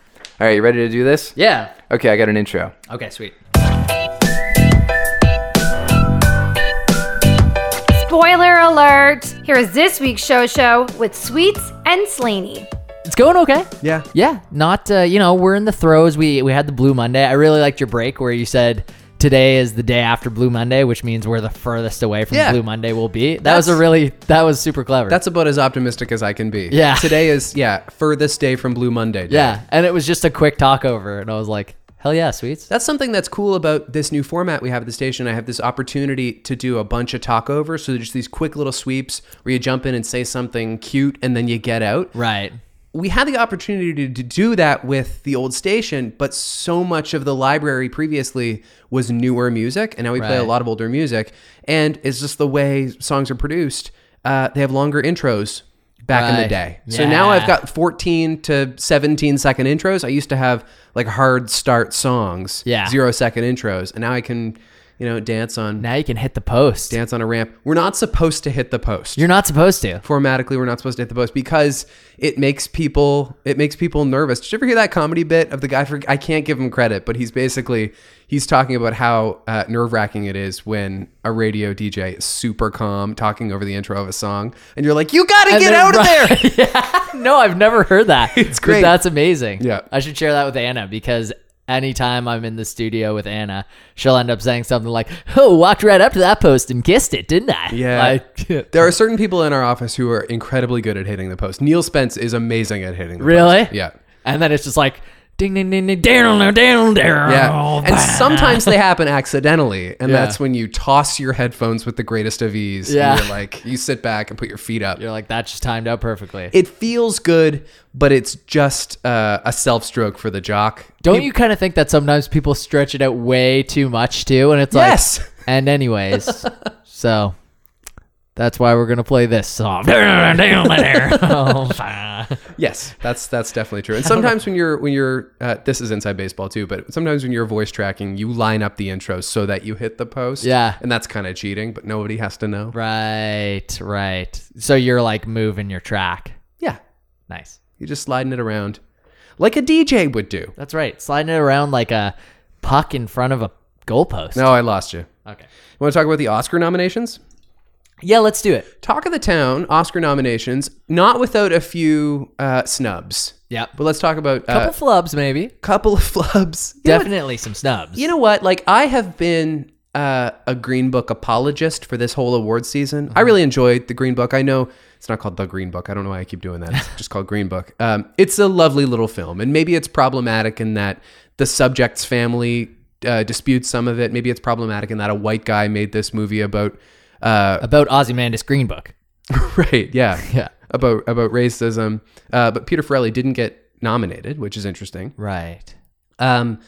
All right, you ready to do this? Yeah. Okay, I got an intro. Okay, sweet. Spoiler alert! Here is this week's show show with Sweets and Slaney. It's going okay. Yeah. Yeah, not uh, you know we're in the throes. We we had the Blue Monday. I really liked your break where you said today is the day after Blue Monday, which means we're the furthest away from Yeah. Blue Monday we'll be. That was a That's- really that was super clever. That's about as optimistic as I can be. Yeah. Today is yeah furthest day from Blue Monday. Day. yeah, and it was just a quick talk over, and I was like, hell yeah, sweets. That's something that's cool about this new format we have at the station. I have this opportunity to do a bunch of talk over. So just these quick little sweeps where you jump in and say something cute and then you get out. right. we had the opportunity to, to do that with the old station, but so much of the library previously was newer music, and now we play a Right. lot of older music. And it's just the way songs are produced. Uh, they have longer intros back in the Right. day. So now Yeah. I've got 14 to 17 second intros. I used to have like hard start songs, Yeah. zero second intros, and now I can, you know, dance on Now you can hit the post. dance on a ramp. We're not supposed to hit the post You're not supposed to. formatically we're not supposed to hit the post because it makes people it makes people nervous. Did you ever hear that comedy bit of the guy? For, I can't give him credit, but he's basically he's talking about how uh, nerve wracking it is when a radio DJ is super calm talking over the intro of a song, and you're like, you gotta get they're out of right- there. No, I've never heard that. It's great. That's amazing. Yeah. I should share that with Anna because anytime I'm in the studio with Anna, she'll end up saying something like, Oh, walked right up to that post and kissed it, didn't I? Yeah. Like, There are certain people in our office who are incredibly good at hitting the post. Neil Spence is amazing at hitting. The really? Post. Yeah. And then it's just like, Ding, ding, ding, ding, down, down, down. Yeah. And sometimes they happen accidentally. And Oh, Yeah. that's when you toss your headphones with the greatest of ease. Yeah. And you're like, you sit back and put your feet up. You're like, That just timed out perfectly. It feels good, but it's just uh, a self stroke for the jock. Don't you kind of think that sometimes people stretch it out way too much too? And it's like, Yes. And anyways, so that's why we're gonna play this song. yeah, Yes, that's that's definitely true. And sometimes when you're when you're uh, this is inside baseball too, but sometimes when you're voice tracking, you line up the intros so that you hit the post. Yeah. and that's kind of cheating, but nobody has to know. right, right. So you're like moving your track. Yeah, Nice. you're just sliding it around like a DJ would do. That's right. Sliding it around like a puck in front of a goalpost. No, Oh, I lost you. Okay. Want to talk about the Oscar nominations? Yeah, let's do it. Talk of the Town Oscar nominations, not without a few uh, snubs. Yeah. But let's talk about uh, a Couple flubs, maybe. couple of flubs. You know what- Definitely some snubs. You know what? Like I have been uh, a Green Book apologist for this whole award season. I really enjoyed the Green Book. I know it's not called the Green Book. I don't know why I keep doing that. It's just called Green Book. Um, it's a lovely little film, and maybe it's problematic in that the subject's family uh, disputes some of it. Maybe it's problematic in that a white guy made this movie about uh, about Ozymandias Green Book. right yeah Yeah. about about racism uh, but peter Farrelly didn't get nominated which is interesting Right. um,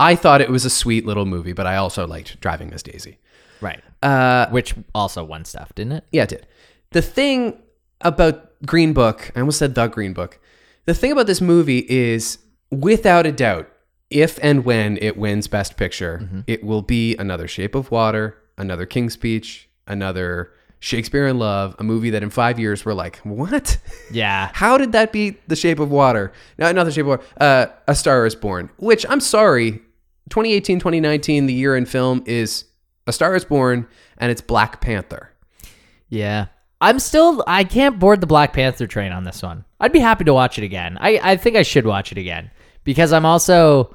i thought it was a sweet little movie but i also liked driving miss daisy Right. uh, Which also won stuff, didn't it? yeah it did the thing about green book i almost said the green book the thing about this movie is without a doubt if and when it wins best picture it will be another shape of water another king's speech another shakespeare in love a movie that in five years we're like what Yeah. How did that beat The Shape of Water? No, not The Shape of Water. Uh, a Star is Born, which I'm sorry, 2018, 2019, the year in film is A Star is Born and it's Black Panther. Yeah. I'm still I can't board the Black Panther train on this one. I'd be happy to watch it again. I, I think I should watch it again. Because I'm also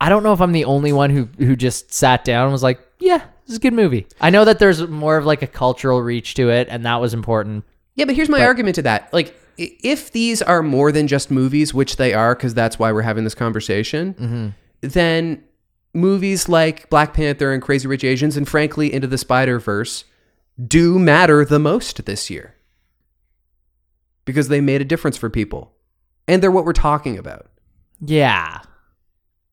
I don't know if I'm the only one who who just sat down and was like, Yeah, this is a good movie. I know that there's more of like a cultural reach to it and that was important. Yeah, but here's my argument to that. Like, i- if these are more than just movies, which they are, because that's why we're having this conversation, then movies like Black Panther and Crazy Rich Asians and frankly Into the Spider Verse do matter the most this year because they made a difference for people and they're what we're talking about. Yeah.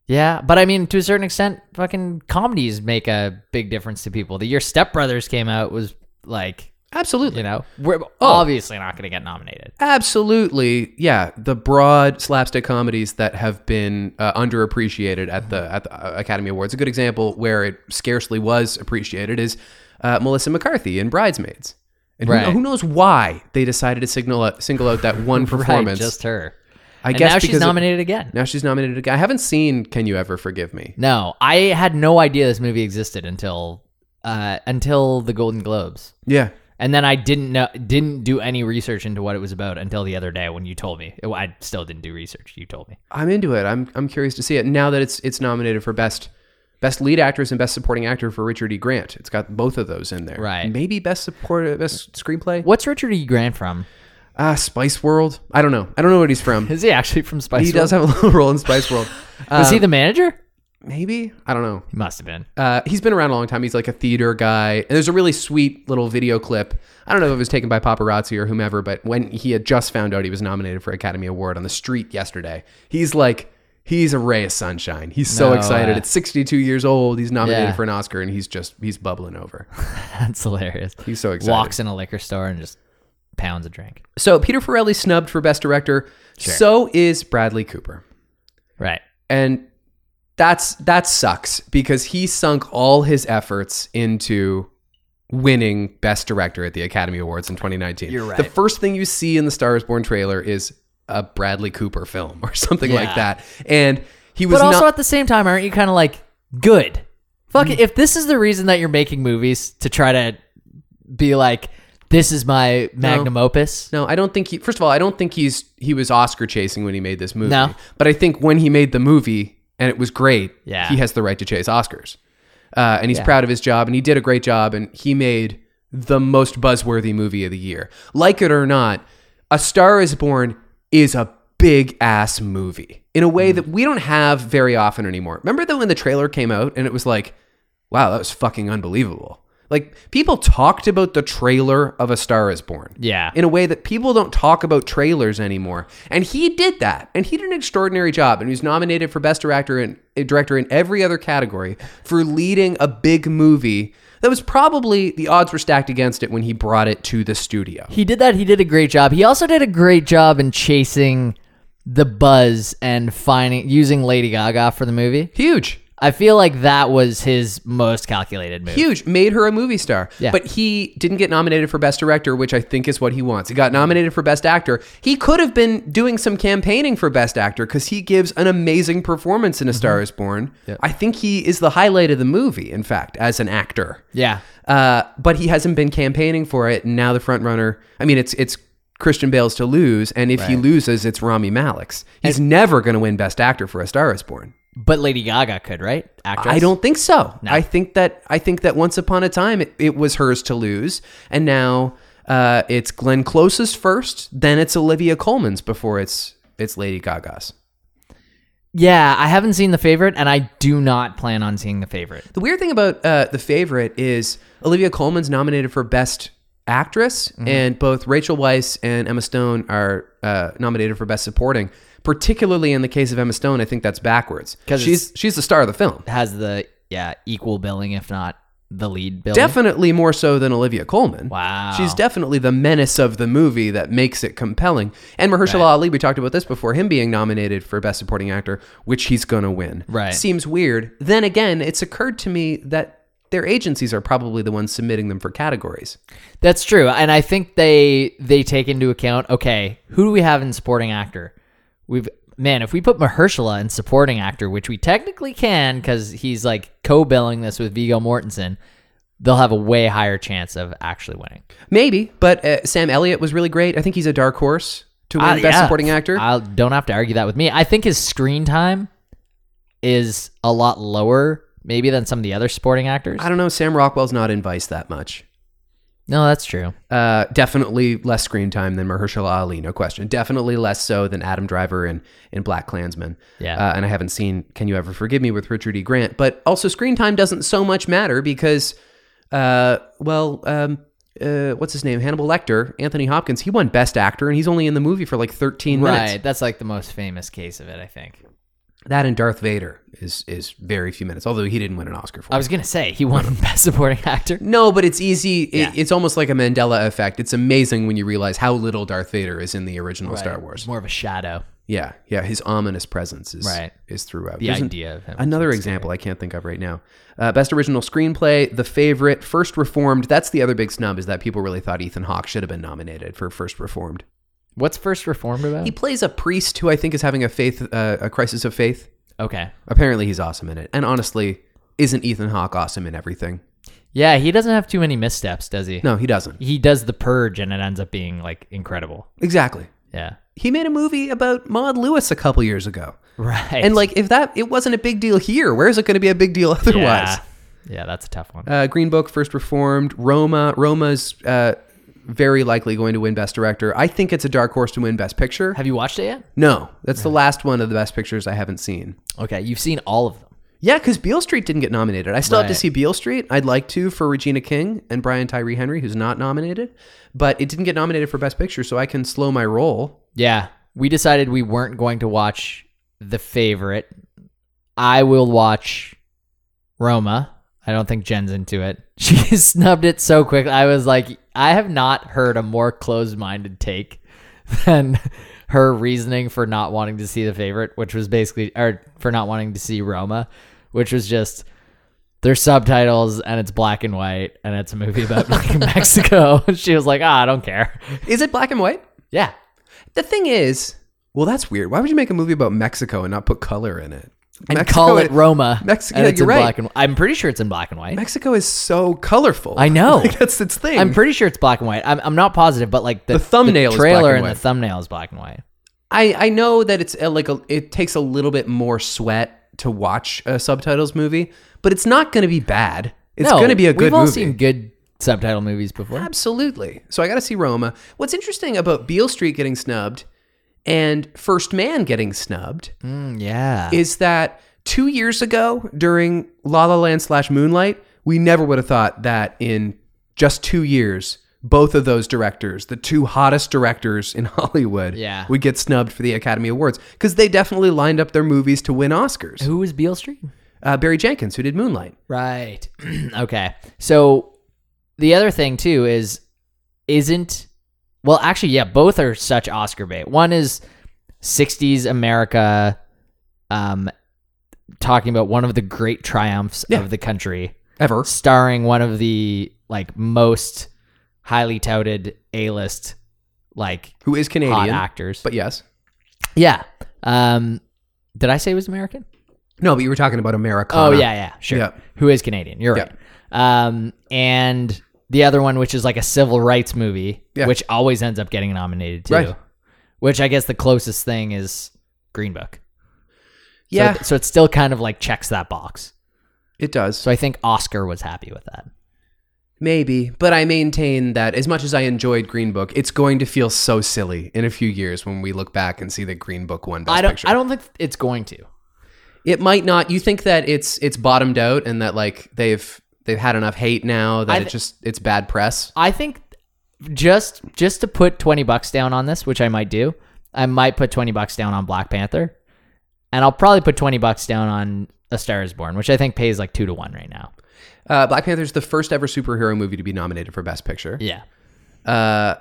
Yeah, but I mean to a certain extent, fucking comedies make a big difference to people. The year Step Brothers came out was like Absolutely. you know, we're obviously not gonna get nominated. Absolutely, yeah. The broad slapstick comedies that have been uh, underappreciated at the at the uh, Academy Awards. A good example where it scarcely was appreciated is uh, Melissa McCarthy in Bridesmaids. And who- Right. who, knows why they decided to signal out, single out that one Right, performance? just her. I And guess now because she's of- nominated again. now she's nominated again. I haven't seen Can You Ever Forgive Me? No, I had no idea this movie existed until uh, until the Golden Globes, Yeah. and then I didn't know didn't do any research into what it was about until the other day when you told me. Well, I still didn't do research. You told me. I'm into it. I'm I'm curious to see it now that it's it's nominated for best best lead actress and best supporting actor for Richard E. Grant. It's got both of those in there. Right. Maybe best support best screenplay. What's Richard E. Grant from? Ah, Spice World. I don't know. I don't know what he's from. Is he actually from Spice? he does have a little role in Spice World. Was he the manager? Maybe I don't know. He must have been. Uh, he's been around a long time. He's like a theater guy, and there's a really sweet little video clip. I don't know if it was taken by paparazzi or whomever, but when he had just found out he was nominated for Academy Award on the street yesterday, he's like, he's a ray of sunshine. He's so No excited. way. At 62 years old, he's nominated Yeah. for an Oscar, and he's just he's bubbling over. That's hilarious. He's so excited. Walks in a liquor store and just pounds a drink. So Peter Farrelly snubbed for Best Director. So is Bradley Cooper. Right. and that's that sucks because he sunk all his efforts into winning best director at the Academy Awards in 2019. You're right. The first thing you see in the Star is Born trailer is a Bradley Cooper film or something like Yeah. that. And he was But also not Mm. at the same time, aren't you kind of like good? Fuck it. If this is the reason that you're making movies to try to be like, this is my magnum opus. No, I don't think he First of all, I don't think he's he was Oscar chasing when he made this movie. No. But I think when he made the movie and it was great, Yeah. he has the right to chase Oscars. Uh, and he's proud of his job and he did a great job and he made the most buzzworthy movie of the year. Like it or not, A Star is Born is a big ass movie in a Mm. way that we don't have very often anymore. Remember that when the trailer came out and it was like, wow, that was fucking unbelievable. Like people talked about the trailer of A Star is Born Yeah. in a way that people don't talk about trailers anymore. And he did that, and he did an extraordinary job. And he was nominated for best director and uh, director in every other category for leading a big movie that was probably the odds were stacked against it when he brought it to the studio. he did that. He did a great job. He also did a great job in chasing the buzz and finding using Lady Gaga for the movie. Huge. I feel like that was his most calculated move. Huge made her a movie star, Yeah. but he didn't get nominated for best director, which I think is what he wants. He got nominated for best actor. He could have been doing some campaigning for best actor because he gives an amazing performance in A Star Is Born. I think he is the highlight of the movie, in fact, as an actor. Yeah. Uh, but he hasn't been campaigning for it, and now the front runner. I mean, it's it's Christian Bale's to lose, and if he loses, it's Rami Malek's. He's never going to win best actor for A Star Is Born. But Lady Gaga could, right? Actress. I don't think so. I think that I think that once upon a time it, it was hers to lose, and now uh, it's Glenn Close's first, then it's Olivia Coleman's before it's it's Lady Gaga's. Yeah, I haven't seen The Favorite, and I do not plan on seeing The Favorite. The weird thing about uh, the favorite is Olivia Coleman's nominated for best actress, and both Rachel Weisz and Emma Stone are uh, nominated for best supporting. Particularly in the case of Emma Stone, I think that's backwards 'Cause she's she's the star of the film. Has the yeah equal billing, if not the lead billing. Definitely more so than Olivia Coleman. Wow. She's definitely the menace of the movie that makes it compelling. And Mahershala Ali, we talked about this before, him being nominated for Best Supporting Actor, which he's going to win. Right. Seems weird. Then again, it's occurred to me that their agencies are probably the ones submitting them for categories. That's true, and I think they they take into account. Okay, who do we have in supporting actor? We've man, if we put Mahershala in supporting actor, which we technically can because he's like co-billing this with Vigo Mortensen, they'll have a way higher chance of actually winning. Maybe, but uh, Sam Elliott was really great. I think he's a dark horse to win Uh, Best yeah. Supporting Actor. I don't have to argue that with me. I think his screen time is a lot lower, maybe than some of the other supporting actors. I don't know. Sam Rockwell's not in Vice that much. No, that's true. Uh, definitely less screen time than Mahershala Ali, no question. Definitely less so than Adam Driver in, in Black Klansman. Yeah. Uh, and I haven't seen Can You Ever Forgive Me with Richard E. Grant. But also, screen time doesn't so much matter because, uh, well, um, uh, what's his name? Hannibal Lecter, Anthony Hopkins, he won Best Actor and he's only in the movie for like 13 Right, minutes. that's like the most famous case of it, I think. That and Darth Vader is, is very few minutes, although he didn't win an Oscar for I it. was gonna say he won Best Supporting Actor. No, but it's easy. It, Yeah. It's almost like a Mandela effect. It's amazing when you realize how little Darth Vader is in the original Star Wars. It's more of a shadow. Yeah, yeah. His ominous presence is Right. is throughout. The There's an- idea of him. Another example I can't think of right now. Uh, best original screenplay, The Favorite, First Reformed. That's the other big snub is that people really thought Ethan Hawke should have been nominated for First Reformed. What's First Reformed about? He plays a priest who I think is having a faith uh, a crisis of faith. okay. Apparently, he's awesome in it. And honestly, isn't Ethan Hawke awesome in everything? Yeah, he doesn't have too many missteps, does he? No, he doesn't. He does the purge and it ends up being like incredible. Exactly. Yeah. He made a movie about Maud Lewis a couple years ago. Right. And like, if that it wasn't a big deal here, where is it going to be a big deal otherwise? yeah. yeah, that's a tough one. Uh, Green Book, First Reformed, Roma. Roma's uh, very likely going to win Best Director. I think it's a dark horse to win Best Picture. have you watched it yet? No, that's the last one of the Best Pictures I haven't seen. Okay, you've seen all of them. Yeah, because Beale Street didn't get nominated. I still have Right. to see Beale Street. I'd like to for Regina King and Brian Tyree Henry, who's not nominated, but it didn't get nominated for Best Picture, so I can slow my roll. Yeah, we decided we weren't going to watch The Favorite. I will watch Roma. I don't think Jen's into it. She snubbed it so quick. I was like, I have not heard a more closed-minded take than her reasoning for not wanting to see The Favorite, which was basically, or for not wanting to see Roma, which was just there's subtitles and it's black and white and it's a movie about like, Mexico. she was like, ah, I don't care. Is it black and white? Yeah. The thing is, well, that's weird. Why would you make a movie about Mexico and not put color in it? and Mexico call is- it Roma. Mexico- and yeah, it's you're in right. black and I'm pretty sure it's in black and white. Mexico is so colorful. I know. Like, that's its thing. I'm pretty sure it's black and white. I'm, I'm not positive, but like the, The thumbnail is black trailer, and and, white. the thumbnail is black and white. I I know that it's uh like a, it takes a little bit more sweat to watch a subtitles movie, but it's not going to be bad. It's No, going to be a good We've all movie. seen good subtitle movies before. Absolutely. So I got to see Roma. What's interesting about Beale Street getting snubbed and First Man getting snubbed Mm, yeah, is that two years ago during La La Land slash Moonlight, we never would have thought that in just two years, both of those directors, the two hottest directors in Hollywood, Yeah. would get snubbed for the Academy Awards because they definitely lined up their movies to win Oscars. who was Beale Street? Uh, Barry Jenkins, who did Moonlight. Right. okay. So the other thing too is isn't well actually yeah, both are such Oscar bait. One is 60s America um talking about one of the great triumphs Yeah. of the country Ever. starring one of the like most highly touted A-list like Who is hot Canadian. actors. But yes. yeah. Um did I say it was American? No, but you were talking about America. Oh yeah, yeah, sure. Yeah. Who is Canadian? You're right. Um, and the other one, which is like a civil rights movie, Yeah. which always ends up getting nominated too. Right. Which I guess the closest thing is Green Book. So- Yeah, So, it still kind of like checks that box. it does. So I think Oscar was happy with that. Maybe, but I maintain that as much as I enjoyed Green Book, it's going to feel so silly in a few years when we look back and see that Green Book won Best I don't. Picture. I don't think it's going to. It might not. You think that it's it's bottomed out and that like they've they've had enough hate now that I it's just it's bad press. I think just just to put twenty bucks down on this, which I might do. I might put twenty bucks down on Black Panther, and I'll probably put twenty bucks down on A Star Is Born, which I think pays like two to one right now. Uh, Black Panther's the first ever superhero movie to be nominated for Best Picture. Yeah. Uh,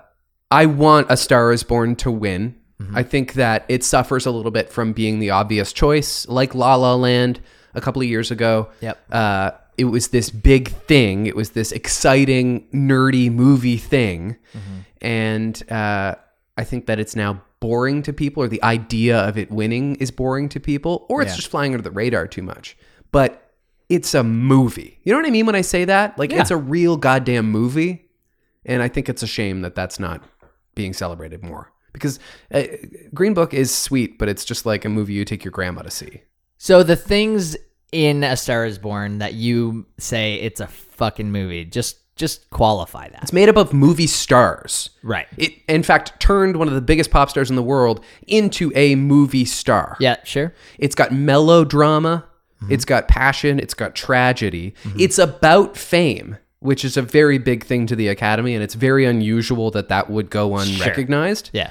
I want A Star Is Born to win. Mm-hmm. I think that it suffers a little bit from being the obvious choice, like La La Land a couple of years ago. Yep. Uh, it was this big thing. It was this exciting, nerdy movie thing, Mm-hmm. and uh, I think that it's now boring to people, or the idea of it winning is boring to people, or it's Yeah. just flying under the radar too much. But it's a movie. You know what I mean when I say that? Like Yeah. it's a real goddamn movie. And I think it's a shame that that's not being celebrated more because uh, Green Book is sweet, but it's just like a movie you take your grandma to see. So the things in A Star Is Born that you say it's a fucking movie, just just qualify that. It's made up of movie stars. Right. It, in fact, turned one of the biggest pop stars in the world into a movie star. Yeah, sure. It's got melodrama, it's got passion, it's got tragedy. It's about fame, which is a very big thing to the Academy, and it's very unusual that that would go unrecognized. Yeah.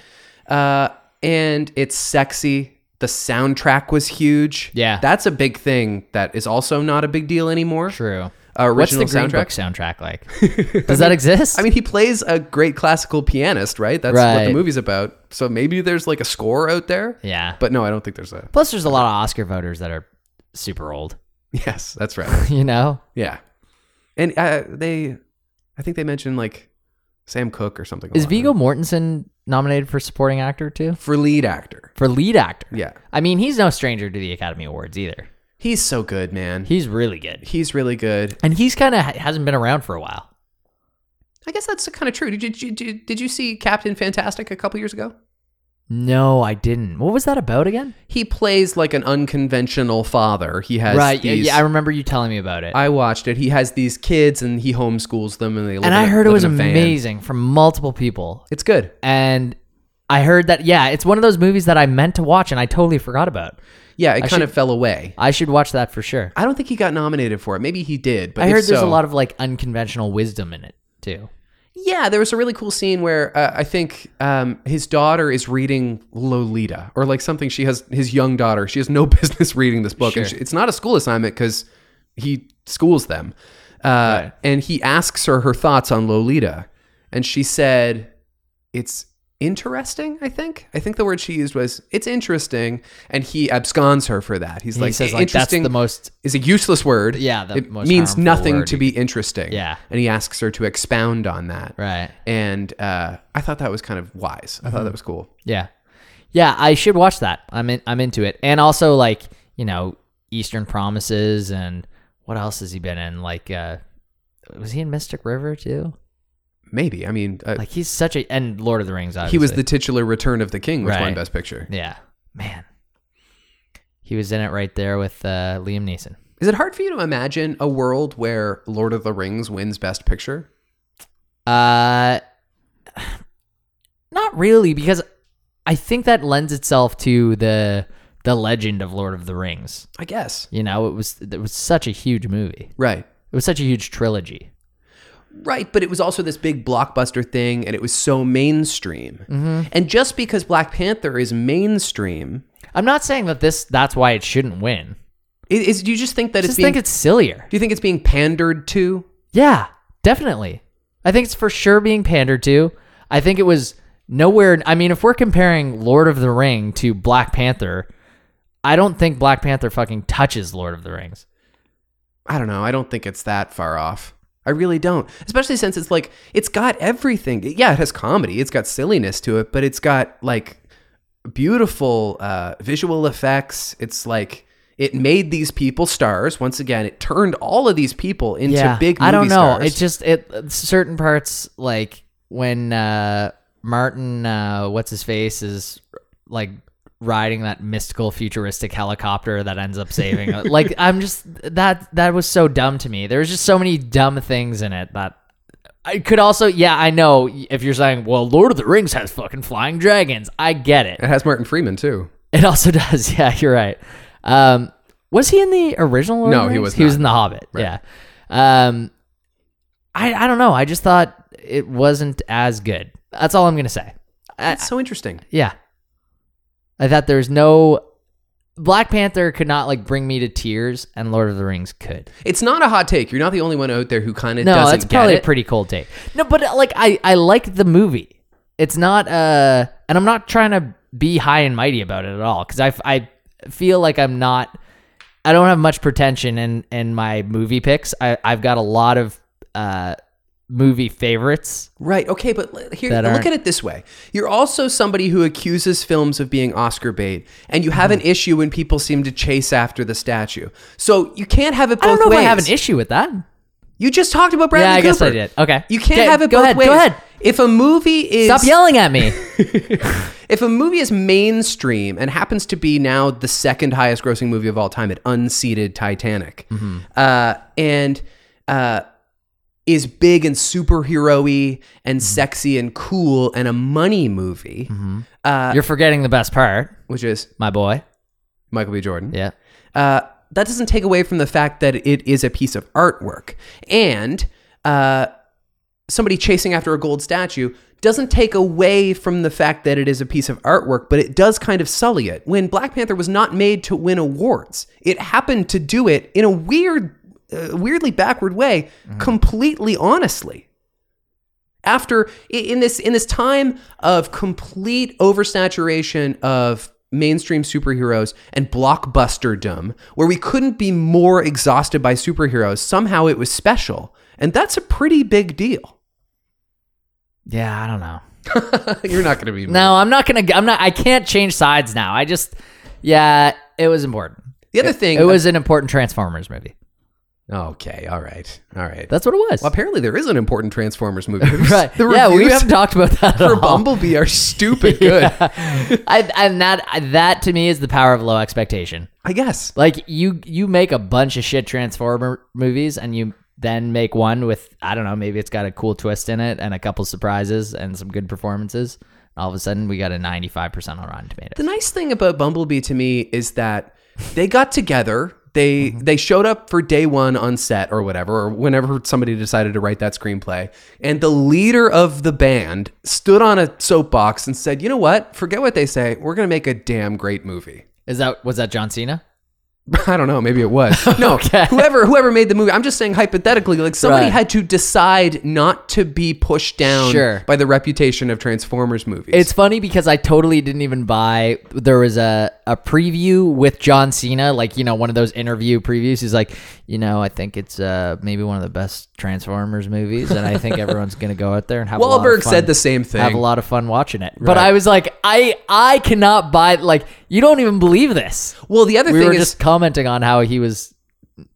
Uh, and it's sexy. The soundtrack was huge. Yeah. that's a big thing that is also not a big deal anymore. True. Uh, What's the original Green Book soundtrack. soundtrack like? Does that exist? I mean, he plays a great classical pianist, right? That's what the Right. movie's about. So maybe there's like a score out there. yeah. But no, I don't think there's a. Plus, there's a lot of Oscar voters that are super old. Yes, that's right. You know. yeah, and uh, they, I think they mentioned like Sam Cooke or something. Is along those- Vigo Mortensen nominated for supporting actor too? for lead actor? For lead actor. Yeah, I mean, he's no stranger to the Academy Awards either. he's so good, man. He's really good. he's really good. And he's kind of hasn't been around for a while. I guess that's kind of true. Did you, did, you, did you see Captain Fantastic a couple years ago? No, I didn't. What was that about again? He plays like an unconventional father. He has right. yeah, these- yeah, I remember you telling me about it. I watched it. He has these kids and he homeschools them, and they live and in I a- heard it live was in a van. amazing from multiple people. It's good. And I heard that yeah, it's one of those movies that I meant to watch and I totally forgot about. Yeah, it kind should- of fell away. I should watch that for sure. I don't think he got nominated for it. Maybe he did, but uh, I if heard there's a so- lot of like unconventional wisdom in it too. Yeah, there was a really cool scene where uh, I think um, his daughter is reading Lolita or like something. She has his young daughter. She has no business reading this book, and Sure. she, it's not a school assignment because he schools them. Uh, And he asks her her thoughts on Lolita, and she said, "It's." Interesting, I think. I think the word she used was "it's interesting," and he absconds her for that. He's He like, says like that's "Interesting the most is a useless word. Yeah, the it most means harmful nothing word to you be interesting. Yeah. and he asks her to expound on that. right. And uh, I thought that was kind of wise. I Mm-hmm. thought that was cool. Yeah. Yeah, I should watch that. I'm in, I'm into it. And also like, you know, Eastern Promises and what else has he been in? Like uh was he in Mystic River too? Maybe. I mean, uh, Like he's such a and Lord of the Rings obviously. he was the titular Return of the King, which won Right. Best Picture. Yeah. Man. He was in it right there with uh Liam Neeson. Is it hard for you to imagine a world where Lord of the Rings wins Best Picture? Uh not really because I think that lends itself to the the legend of Lord of the Rings. I guess. You know, it was it was such a huge movie. Right. It was such a huge trilogy. Right, but it was also this big blockbuster thing, and it was so mainstream. Mm-hmm. And just because Black Panther is mainstream, I'm not saying that this that's why it shouldn't win. it, is, do you just think that I it's just being? think it's sillier. do you think it's being pandered to? Yeah, definitely. I think it's for sure being pandered to. I think it was nowhere I mean if we're comparing Lord of the Ring to Black Panther, I don't think Black Panther fucking touches Lord of the Rings. I don't know. I don't think it's that far off. I really don't. Especially since it's like it's got everything. Yeah, it has comedy. It's got silliness to it, but it's got like beautiful uh, visual effects. It's like it made these people stars. Once again, it turned all of these people into big. Movie I don't know. Stars. It's just it certain parts like when uh Martin uh what's his face is like riding that mystical futuristic helicopter that ends up saving like I'm just that that was so dumb to me. There's just so many dumb things in it that I could also yeah, I know if you're saying, "Well, Lord of the Rings has fucking flying dragons." I get it. it has Martin Freeman too. It also does. Yeah, you're right. Um, was he in the original? Lord No, of the he Rings? was He was not. in the Hobbit. Yeah. Um, I I don't know. I just thought it wasn't as good. That's all I'm gonna say. I, It's so interesting. yeah. I thought there's no Black Panther could not like bring me to tears, and Lord of the Rings could. It's not a hot take. You're not the only one out there who kind of no, doesn't that's get probably a it. pretty cold take. No, but uh, like I I like the movie. It's not uh, and I'm not trying to be high and mighty about it at all because I f- I feel like I'm not. I don't have much pretension in in my movie picks. I I've got a lot of uh movie favorites. Right. Okay, but l- here, That look aren't- at it this way. You're also somebody who accuses films of being Oscar bait, and you have an Mm-hmm. issue when people seem to chase after the statue. So you can't have it both I don't know ways. if I have an issue with that. You just talked about Bradley yeah, I guess I Cooper. did. Okay, You can't Okay, have it go both ahead, ways. Go ahead. If a movie is Stop yelling at me. if a movie is mainstream and happens to be now the second highest grossing movie of all time, it unseated Titanic, uh, and uh, is big and superhero-y and sexy and cool and a money movie, Uh, You're forgetting the best part, which is my boy. Michael B. Jordan. Yeah. Uh, that doesn't take away from the fact that it is a piece of artwork. And uh, somebody chasing after a gold statue doesn't take away from the fact that it is a piece of artwork, but it does kind of sully it. When Black Panther was not made to win awards, it happened to do it in a weird, uh, weirdly backward way, completely honestly after i- in this in this time of complete oversaturation of mainstream superheroes and blockbusterdom where we couldn't be more exhausted by superheroes somehow it was special and that's a pretty big deal Yeah, I don't know. You're not going to be. moved. No, I'm not gonna. I'm not. I can't change sides now. I just. Yeah, it was important. The other thing. It was an important Transformers movie. Okay. All right. All right. That's what it was. well, apparently there is an important Transformers movie. right. The yeah, we reviews haven't talked about that at for all. Bumblebee are stupid good. I, and that that to me is the power of low expectation. I guess. Like you you make a bunch of shit Transformer movies and you then make one with I don't know, maybe it's got a cool twist in it and a couple surprises and some good performances. All of a sudden we got a 95% on Rotten Tomatoes. The nice thing about Bumblebee to me is that they got together. They Mm-hmm. they showed up for day one on set or whatever, or whenever somebody decided to write that screenplay. And the leader of the band stood on a soapbox and said, "You know what? Forget what they say. We're gonna make a damn great movie." Is that was that John Cena? I don't know. Maybe it was. No, Okay. whoever whoever made the movie. I'm just saying hypothetically, like somebody Right. had to decide not to be pushed down Sure. by the reputation of Transformers movies. It's funny because I totally didn't even buy. There was a, a preview with John Cena, like, you know, one of those interview previews. He's like, you know, I think it's uh, maybe one of the best Transformers movies, and I think everyone's going to go out there and have a lot of Wahlberg fun- said the same thing. Have a lot of fun watching it. But Right. I was like, I I cannot buy, like, you don't even believe this. well, the other We thing were is just commenting on how he was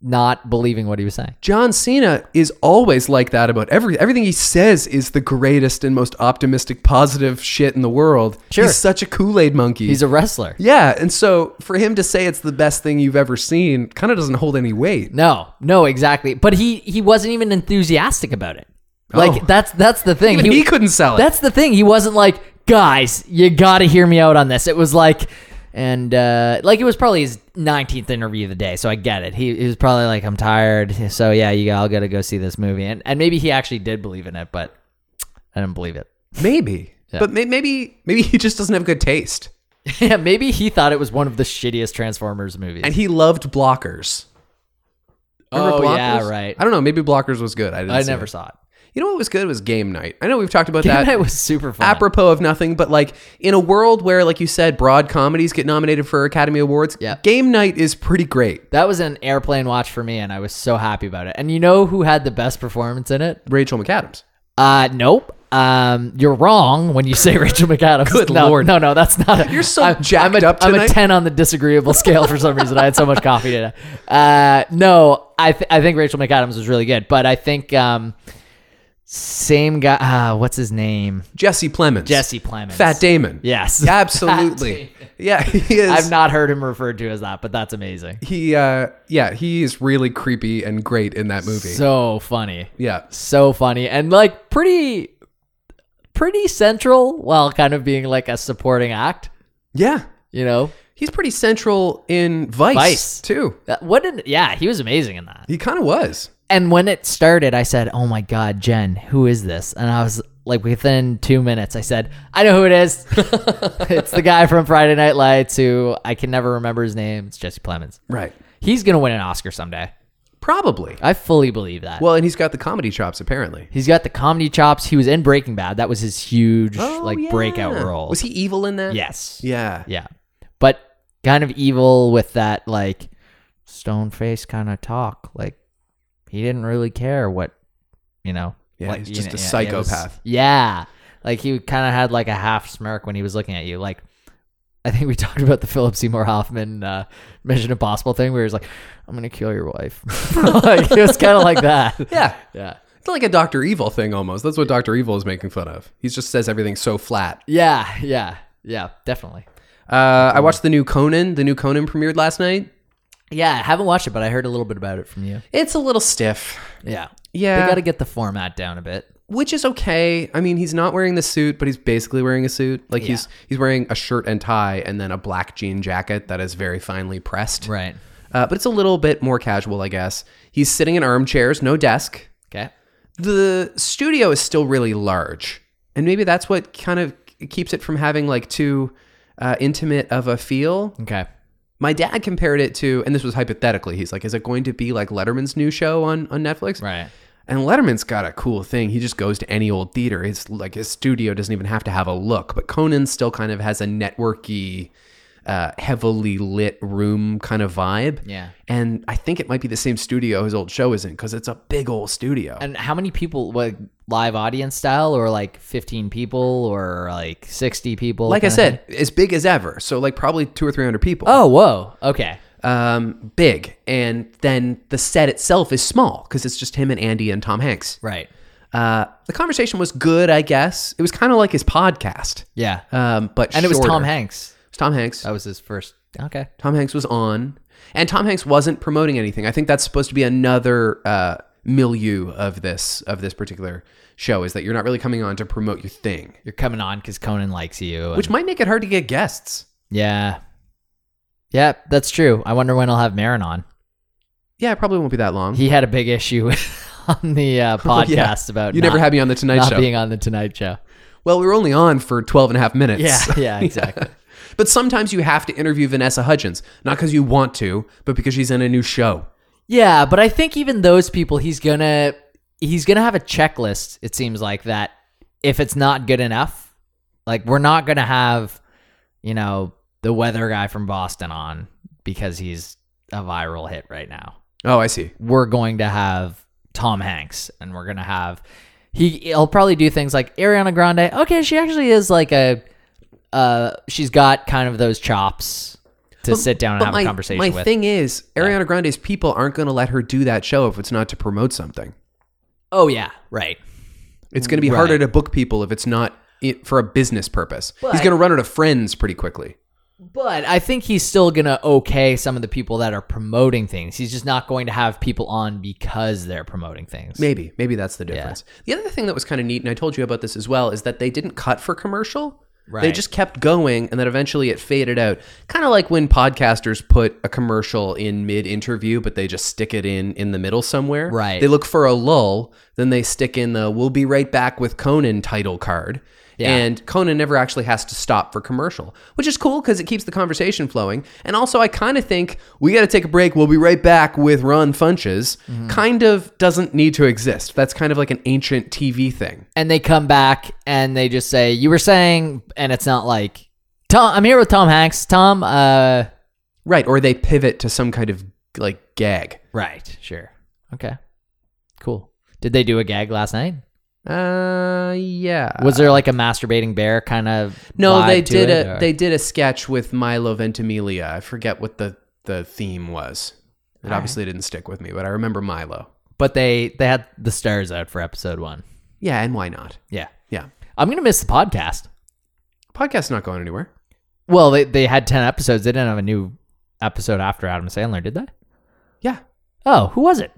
not believing what he was saying. John Cena is always like that about every everything he says is the greatest and most optimistic, positive shit in the world. Sure. He's such a Kool Aid monkey. He's a wrestler. yeah, and so for him to say it's the best thing you've ever seen kind of doesn't hold any weight. No, no, exactly. But he he wasn't even enthusiastic about it. Like Oh. that's that's the thing. Even he couldn't sell it. That's the thing. He wasn't like, guys, you gotta hear me out on this. It was like, and uh, like it was probably his nineteenth interview of the day, so I get it. He, he was probably like, I'm tired, so yeah, you all gotta go see this movie, and and maybe he actually did believe in it, but I didn't believe it. Maybe, but may- maybe maybe he just doesn't have good taste, yeah, maybe he thought it was one of the shittiest Transformers movies. and he loved blockers. oh Blockers? yeah, right. I don't know. Maybe blockers was good. I didn't. I see never it. saw it. You know what was good was game night. I know we've talked about that. That it was super fun. apropos of nothing, but like in a world where, like you said, broad comedies get nominated for Academy Awards, Yeah. game night is pretty great. That was an airplane watch for me, and I was so happy about it. And you know who had the best performance in it? Rachel McAdams. Uh, nope. Um, you're wrong when you say Rachel McAdams. Good no, lord. no, no, that's not. A, You're so I'm, jacked I'm a, up I'm a tonight. ten on the disagreeable scale for some reason. I had so much coffee today. Uh, no, I th- I think Rachel McAdams was really good, but I think um, same guy. Uh, what's his name? Jesse Plemons. Jesse Plemons. Fat Damon. Yes, Absolutely. yeah, he is. I've not heard him referred to as that, but that's amazing. He, uh, yeah, he is really creepy and great in that movie. So funny. yeah. so funny and like pretty pretty central while kind of being like a supporting act Yeah. you know He's pretty central in Vice, Vice. too. That- Uh, what did yeah he was amazing in that He kind of was. and when it started i said oh my god jen who is this and i was like within two minutes i said i know who it is it's the guy from friday night lights who i can never remember his name it's jesse plemons Right. he's gonna win an oscar someday Probably. i fully believe that Well, and he's got the comedy chops, apparently. he's got the comedy chops he was in breaking bad that was his huge Oh, like yeah. breakout role Was he evil in that? yes Yeah. Yeah. But kind of evil with that like stone face kind of talk. Like he didn't really care what you know. Yeah, like, he's you just a yeah, it was- psychopath. Yeah. Like he kind of had like a half smirk when he was looking at you. Like I think we talked about the Philip Seymour Hoffman uh, Mission Impossible thing where he was like, "I'm gonna kill your wife." like it was kind of like that. Yeah. Yeah. It's like a Doctor Evil thing almost. That's what Doctor Evil is making fun of. He just says everything so flat. Yeah. Yeah. Yeah. Definitely. Uh, I watched the new Conan. The new Conan premiered last night. Yeah. I haven't watched it, but I heard a little bit about it from you. It's a little stiff. Yeah. Yeah, They got to get the format down a bit. which is okay. I mean, he's not wearing the suit, but he's basically wearing a suit. Like he's he's wearing a shirt and tie, and then a black jean jacket that is very finely pressed. Right. Uh, but it's a little bit more casual, I guess. He's sitting in armchairs, no desk. Okay. the studio is still really large and maybe that's what kind of keeps it from having like too uh, intimate of a feel Okay. my dad compared it to and this was hypothetically he's like is it going to be like letterman's new show on, on netflix Right. and letterman's got a cool thing he just goes to any old theater his like his studio doesn't even have to have a look but conan still kind of has a networky uh, heavily lit room kind of vibe Yeah. and i think it might be the same studio his old show is in because it's a big old studio And how many people? What live audience style or like 15 people or like 60 people? Like I kinda thing? said, as big as ever. So like probably two or three hundred people. Oh, whoa. Okay. um, big, and then the set itself is small because it's just him and Andy and Tom Hanks. Right. Uh, the conversation was good, I guess. It was kind of like his podcast, Yeah. um, but and it was shorter. Tom Oh. Hanks. It was Tom Hanks. That was his first. Okay. Tom Hanks was on, and Tom Hanks wasn't promoting anything. I think that's supposed to be another uh, milieu of this of this particular show is that you're not really coming on to promote your thing, You're coming on because Conan likes you. and- which might make it hard to get guests. yeah. Yeah, that's true. I wonder when I'll have Marin on. Yeah, it probably won't be that long. He had a big issue on the uh, Oh, podcast yeah. about you not, never had me on the Tonight not Show. being on the Tonight Show. well, we were only on for 12 and a half minutes. Yeah, yeah, exactly. But sometimes you have to interview Vanessa Hudgens, not because you want to, but because she's in a new show. Yeah, but I think even those people, he's gonna he's gonna have a checklist. It seems like that if it's not good enough, like we're not gonna have, you know, the weather guy from Boston on because he's a viral hit right now. Oh, I see. We're going to have Tom Hanks, and we're gonna have he. He'll probably do things like Ariana Grande. Okay, she actually is like a, uh, she's got kind of those chops to sit down and But have my, a conversation my with. thing is, Ariana Grande's people aren't going to let her do that show if it's not to promote something. oh yeah, right. It's going to be Right. harder to book people if it's not i for a business purpose. He's But- going to run out of friends pretty quickly. But I think he's still going to okay some of the people that are promoting things. He's just not going to have people on because they're promoting things. Maybe, maybe that's the difference. The other thing that was kind of neat, and I told you about this as well, is that they didn't cut for commercial. They Right. just kept going, and then eventually it faded out. Kind of like when podcasters put a commercial in mid-interview, but they just stick it in in the middle somewhere. Right. They look for a lull, then they stick in the "We'll be right back" with Conan title card. Yeah. And Conan never actually has to stop for commercial, which is cool because it keeps the conversation flowing. And also, I kind of think we got to take a break. We'll be right back with Ron Funches. Mm-hmm. Kind of doesn't need to exist. That's kind of like an ancient TV thing. And they come back and they just say, "You were saying," and it's not like Tom. I'm here with Tom Hanks. Tom. Uh. Right. Or they pivot to some kind of like gag. Right. Sure. Okay. Cool. Did they do a gag last night? Uh, yeah. Was there like a masturbating bear kind of? no, vibe they to did it, a or- they did a sketch with Milo Ventimiglia. I forget what the the theme was. It obviously didn't stick with me, but I remember Milo. but they they had the stars out for episode one. Yeah, and why not? Yeah. Yeah. I'm gonna miss the podcast. Podcast's not going anywhere. Well, they, they had 10 episodes. They didn't have a new episode after Adam Sandler, did they? Yeah. Oh, who was it?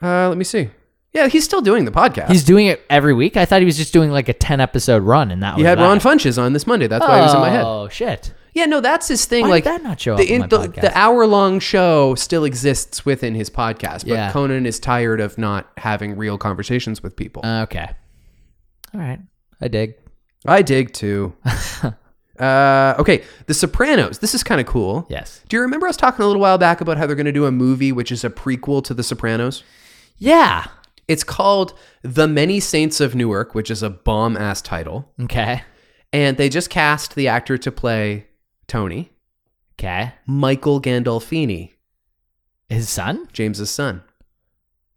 Uh, let me see. Yeah, he's still doing the podcast. He's doing it every week. I thought he was just doing like a 10 episode run and that he was had that. Ron Funches on this Monday. That's why he was in my head. Oh, shit. Yeah, no, that's his thing. Why did like that not show up the, on my the, podcast? the hour long show still exists within his podcast, but Yeah. Conan is tired of not having real conversations with people. Uh, okay. All right. I dig. I dig too. uh, okay, The Sopranos. This is kind of cool. Yes. Do you remember us talking a little while back about how they're going to do a movie which is a prequel to The Sopranos? Yeah. It's called The Many Saints of Newark, which is a bomb ass title. Okay. And they just cast the actor to play Tony, Okay. Michael Gandolfini, His son? James's son.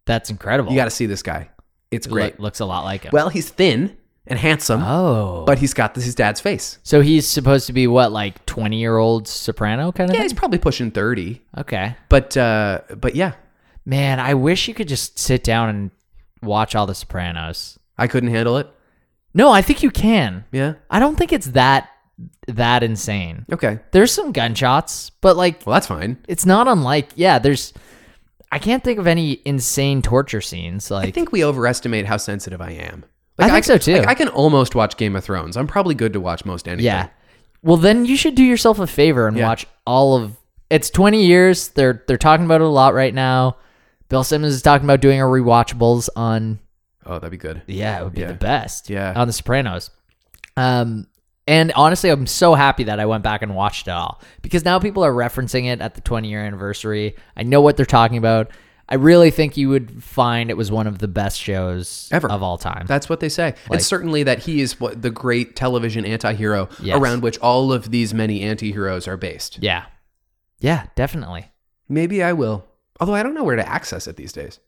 That's incredible. You got to see this guy. It's Lo- great. looks a lot like him. Well, he's thin and handsome, oh. but he's got this, his dad's face. so he's supposed to be what, like 20 year old soprano kind of Yeah, thing? he's probably pushing 30. Okay. But uh but yeah, Man, I wish you could just sit down and watch all the Sopranos. I couldn't handle it. No, I think you can. Yeah. I don't think it's that that insane. Okay. There's some gunshots, but like Well, that's fine. it's not unlike yeah, there's I can't think of any insane torture scenes like I think we overestimate how sensitive I am. I think so, can- too. like, I can almost watch Game of Thrones. I'm probably good to watch most anything. yeah. Well, then you should do yourself a favor and Yeah. watch all of It's 20 years. They're they're talking about it a lot right now. Bill Simmons is talking about doing a rewatchables on Oh, that'd be good. Yeah, it would be Yeah. the best. Yeah. On The Sopranos. Um, and honestly, I'm so happy that I went back and watched it all because now people are referencing it at the 20 year anniversary. I know what they're talking about. I really think you would find it was one of the best shows Ever. of all time. That's what they say. Like- and certainly that he is what the great television anti-hero Yes. around which all of these many anti-heroes are based. yeah. Yeah, definitely. Maybe I will. Although I don't know where to access it these days.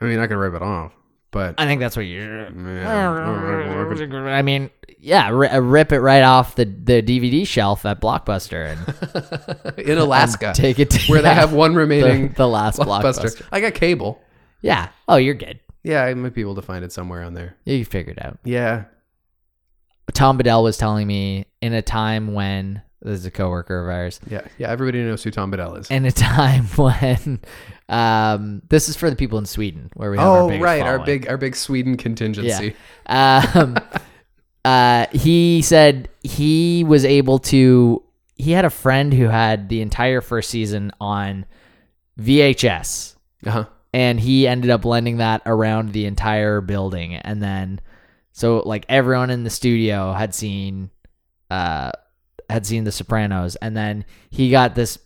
I mean, I can rip it off, but I think that's what you're. yeah. I mean, yeah, ri uh, rip it right off the, the DVD shelf at Blockbuster and um, in Alaska, take it to where they yeah, have one the, remaining the last blockbuster. Blockbuster. I got cable. Yeah. Oh, you're good. Yeah, I might be able to find it somewhere on there. You figured out. Yeah, Tom Bedell was telling me in a time when this is a coworker of ours. yeah, yeah. Everybody knows who Tom Bedell is. In a time when, um, this is for the people in Sweden where we have our oh, biggest right, our following. big our big Sweden contingency. Um, uh, he said he was able to. He had a friend who had the entire first season on VHS, Uh huh. and he ended up lending that around the entire building, and then so like everyone in the studio had seen, uh, had seen The Sopranos, and then he got this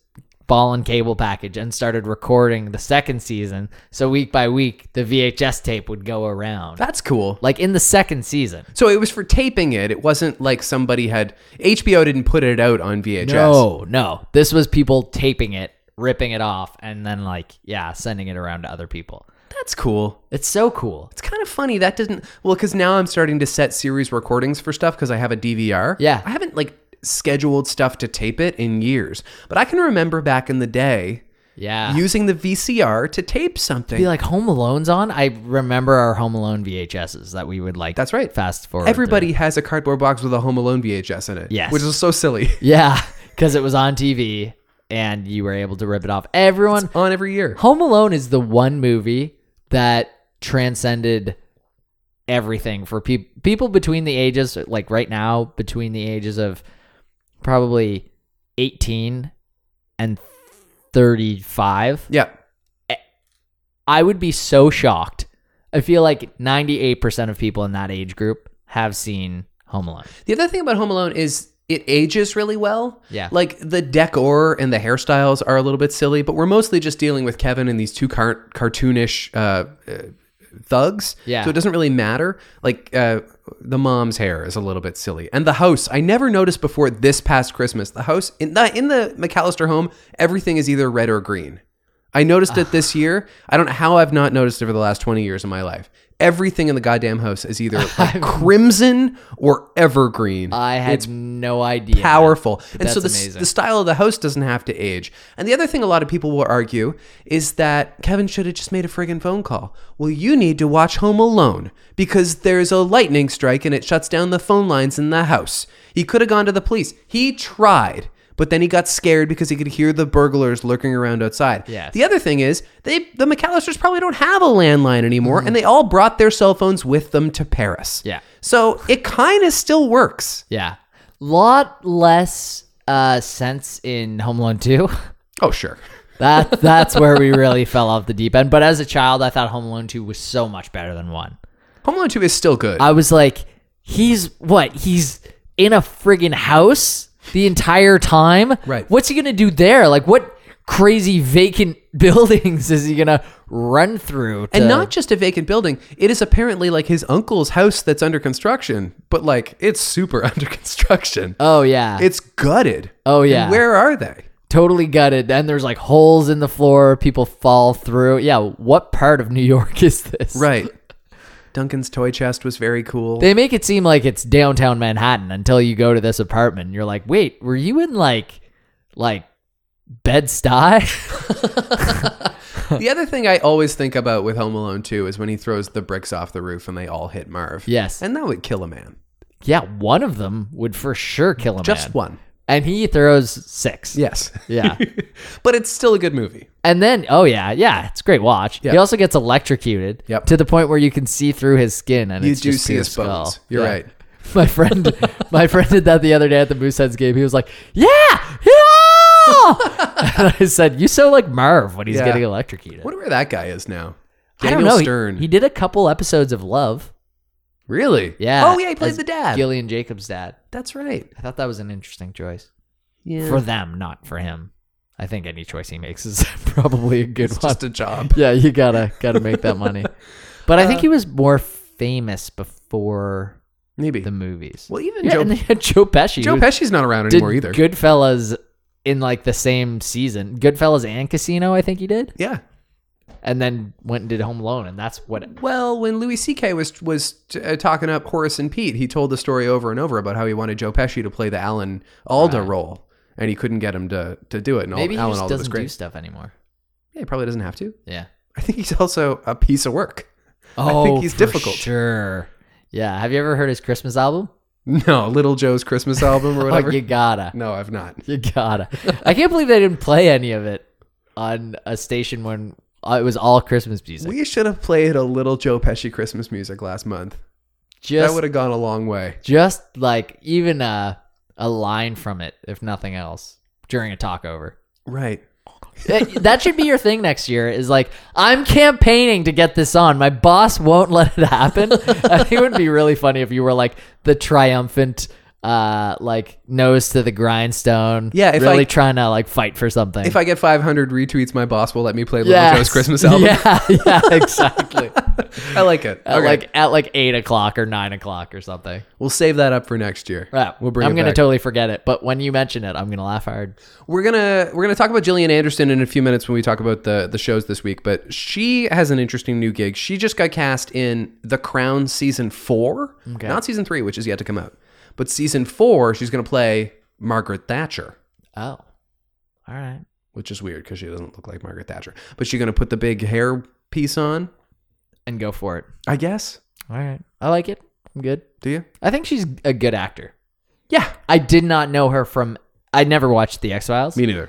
ball and cable package and started recording the second season. So week by week, the VHS tape would go around That's cool. like in the second season. So it was for taping it. It wasn't like somebody had HBO didn't put it out on VHS. No, no. This was people taping it, ripping it off, and then like, yeah, sending it around to other people. That's cool. It's so cool. It's kind of funny that didn't well because now I'm starting to set series recordings for stuff because I have a DVR. Yeah. I haven't like scheduled stuff to tape it in years, but I can remember back in the day Yeah. You using the VCR to tape something. be like Home Alone's on. I remember our Home Alone VHSs that we would like. That's right. Fast forward. Everybody has a cardboard box with a Home Alone VHS in it. Yes. which is so silly. through. Yeah, because it was on TV and you were able to rip it off. Everyone. On every year. Home Alone is the one movie that transcended everything for people people between the ages like right now between the ages of probably 18 and 35 Yeah, I would be so shocked. I feel like 98% of people in that age group have seen Home Alone. The other thing about Home Alone is it ages really well. Yeah. Like the decor and the hairstyles are a little bit silly, but we're mostly just dealing with Kevin and these two car- cartoonish uh, uh, thugs. Yeah. So it doesn't really matter. Like uh, the mom's hair is a little bit silly, and the house. I never noticed before this past Christmas. The house in the in the McAllister home, everything is either red or green. I noticed it this year. I don't know how I've not noticed it for the last 20 years of my life. Everything in the goddamn house is either like crimson or evergreen. I had it's no idea. powerful. and so That's the, amazing. the style of the house doesn't have to age. And the other thing a lot of people will argue is that Kevin should have just made a friggin' phone call. Well, you need to watch Home Alone because there's a lightning strike and it shuts down the phone lines in the house. He could have gone to the police. He tried. But then he got scared because he could hear the burglars lurking around outside. Yes. The other thing is, they the McAllisters probably don't have a landline anymore, and they all brought their cell phones with them to Paris. Yeah. So it kind of still works. Yeah. Lot less uh sense in Home Alone 2. Oh, sure. That that's where we really fell off the deep end. But as a child, I thought Home Alone 2 was so much better than 1. Home Alone 2 is still good. I was like, he's what? He's in a friggin' house the entire time? Right. What's he gonna do there? Like what crazy vacant buildings is he gonna run through? To, and not just a vacant building. It is apparently like his uncle's house that's under construction, but like it's super under construction. Oh yeah. It's gutted. Oh, And yeah. where are they? totally gutted. Then there's like holes in the floor, people fall through. Yeah, what part of New York is this? Right. Duncan's toy chest was very cool. They make it seem like it's downtown Manhattan until you go to this apartment. And you're like, wait, were you in like, like Bed Stuy? the other thing I always think about with Home Alone 2 is when he throws the bricks off the roof and they all hit Marv. yes. And that would kill a man. yeah, one of them would for sure kill him. Just one. And he throws six. Yes. Yeah. but it's still a good movie. and then, oh yeah, yeah, it's a great watch. Yeah. He also gets electrocuted Yep. to the point where you can see through his skin, and You it's do just see pure his bones. skull. You're Yeah. right. My friend, my friend did that the other day at the Mooseheads game. He was like, "Yeah, yeah!" and I said, "You sound like Marv when he's Yeah. getting electrocuted." I wonder where that guy is now. I Daniel don't know. He- Stern. He, did a couple episodes of Love. really? Yeah. Oh, yeah. He plays as the dad. Gillian Jacobs' dad. That's right. I thought that was an interesting choice Yeah. for them, not for him. I think any choice he makes is probably a good it's one. just a job. yeah, you gotta gotta make that money. But I think he was more famous before Maybe. the movies. well, even yeah, Joe, and they had Joe Pesci. Joe who Pesci's not around did anymore either. Goodfellas in like the same season. Goodfellas and Casino, I think he did. Yeah. and then went and did Home Alone, and that's what. Well, when Louis C.K. was was uh, talking up Horace and Pete, he told the story over and over about how he wanted Joe Pesci to play the Alan Alda role, and he couldn't get him to to do it. And Maybe he Alan just Alda was doesn't great. do stuff anymore. yeah, he probably doesn't have to. Yeah. I think he's also a piece of work. Oh, think he's for difficult. Sure. Yeah. Have you ever heard his Christmas album? No, Little Joe's Christmas album or whatever. Oh, you gotta. No, I've not. You gotta. I can't believe they didn't play any of it on a station when uh, it was all Christmas music. We should have played a Little Joe Pesci Christmas music last month. that just, would have gone a long way. just like even a a line from it, if nothing else, during a talk over. Right. that, that should be your thing next year. Is like I'm campaigning to get this on. My boss won't let it happen. I think it would be really funny if you were like the triumphant, uh, like nose to the grindstone. Yeah, if really I- trying to like fight for something. If I get 500 retweets, my boss will let me play Little Yes. Joe's Christmas album. Yeah, yeah, exactly. I like it. at All right. like at like eight o'clock or nine o'clock or something. we'll save that up for next year. Yeah, We'll bring I'm it gonna back. totally forget it, but when you mention it, I'm gonna laugh hard. We're gonna we're gonna talk about Gillian Anderson in a few minutes when we talk about the the shows this week. But she has an interesting new gig. She just got cast in The Crown season four, not season three, which is yet to come out, but season four. She's gonna play Margaret Thatcher, Oh, all right. which is weird because she doesn't look like Margaret Thatcher. But she's gonna put the big hair piece on, And go for it. I guess. All right, I like it. I'm good. Do you? I think she's a good actor. Yeah. I did not know her from. I never watched The X Files, Me neither.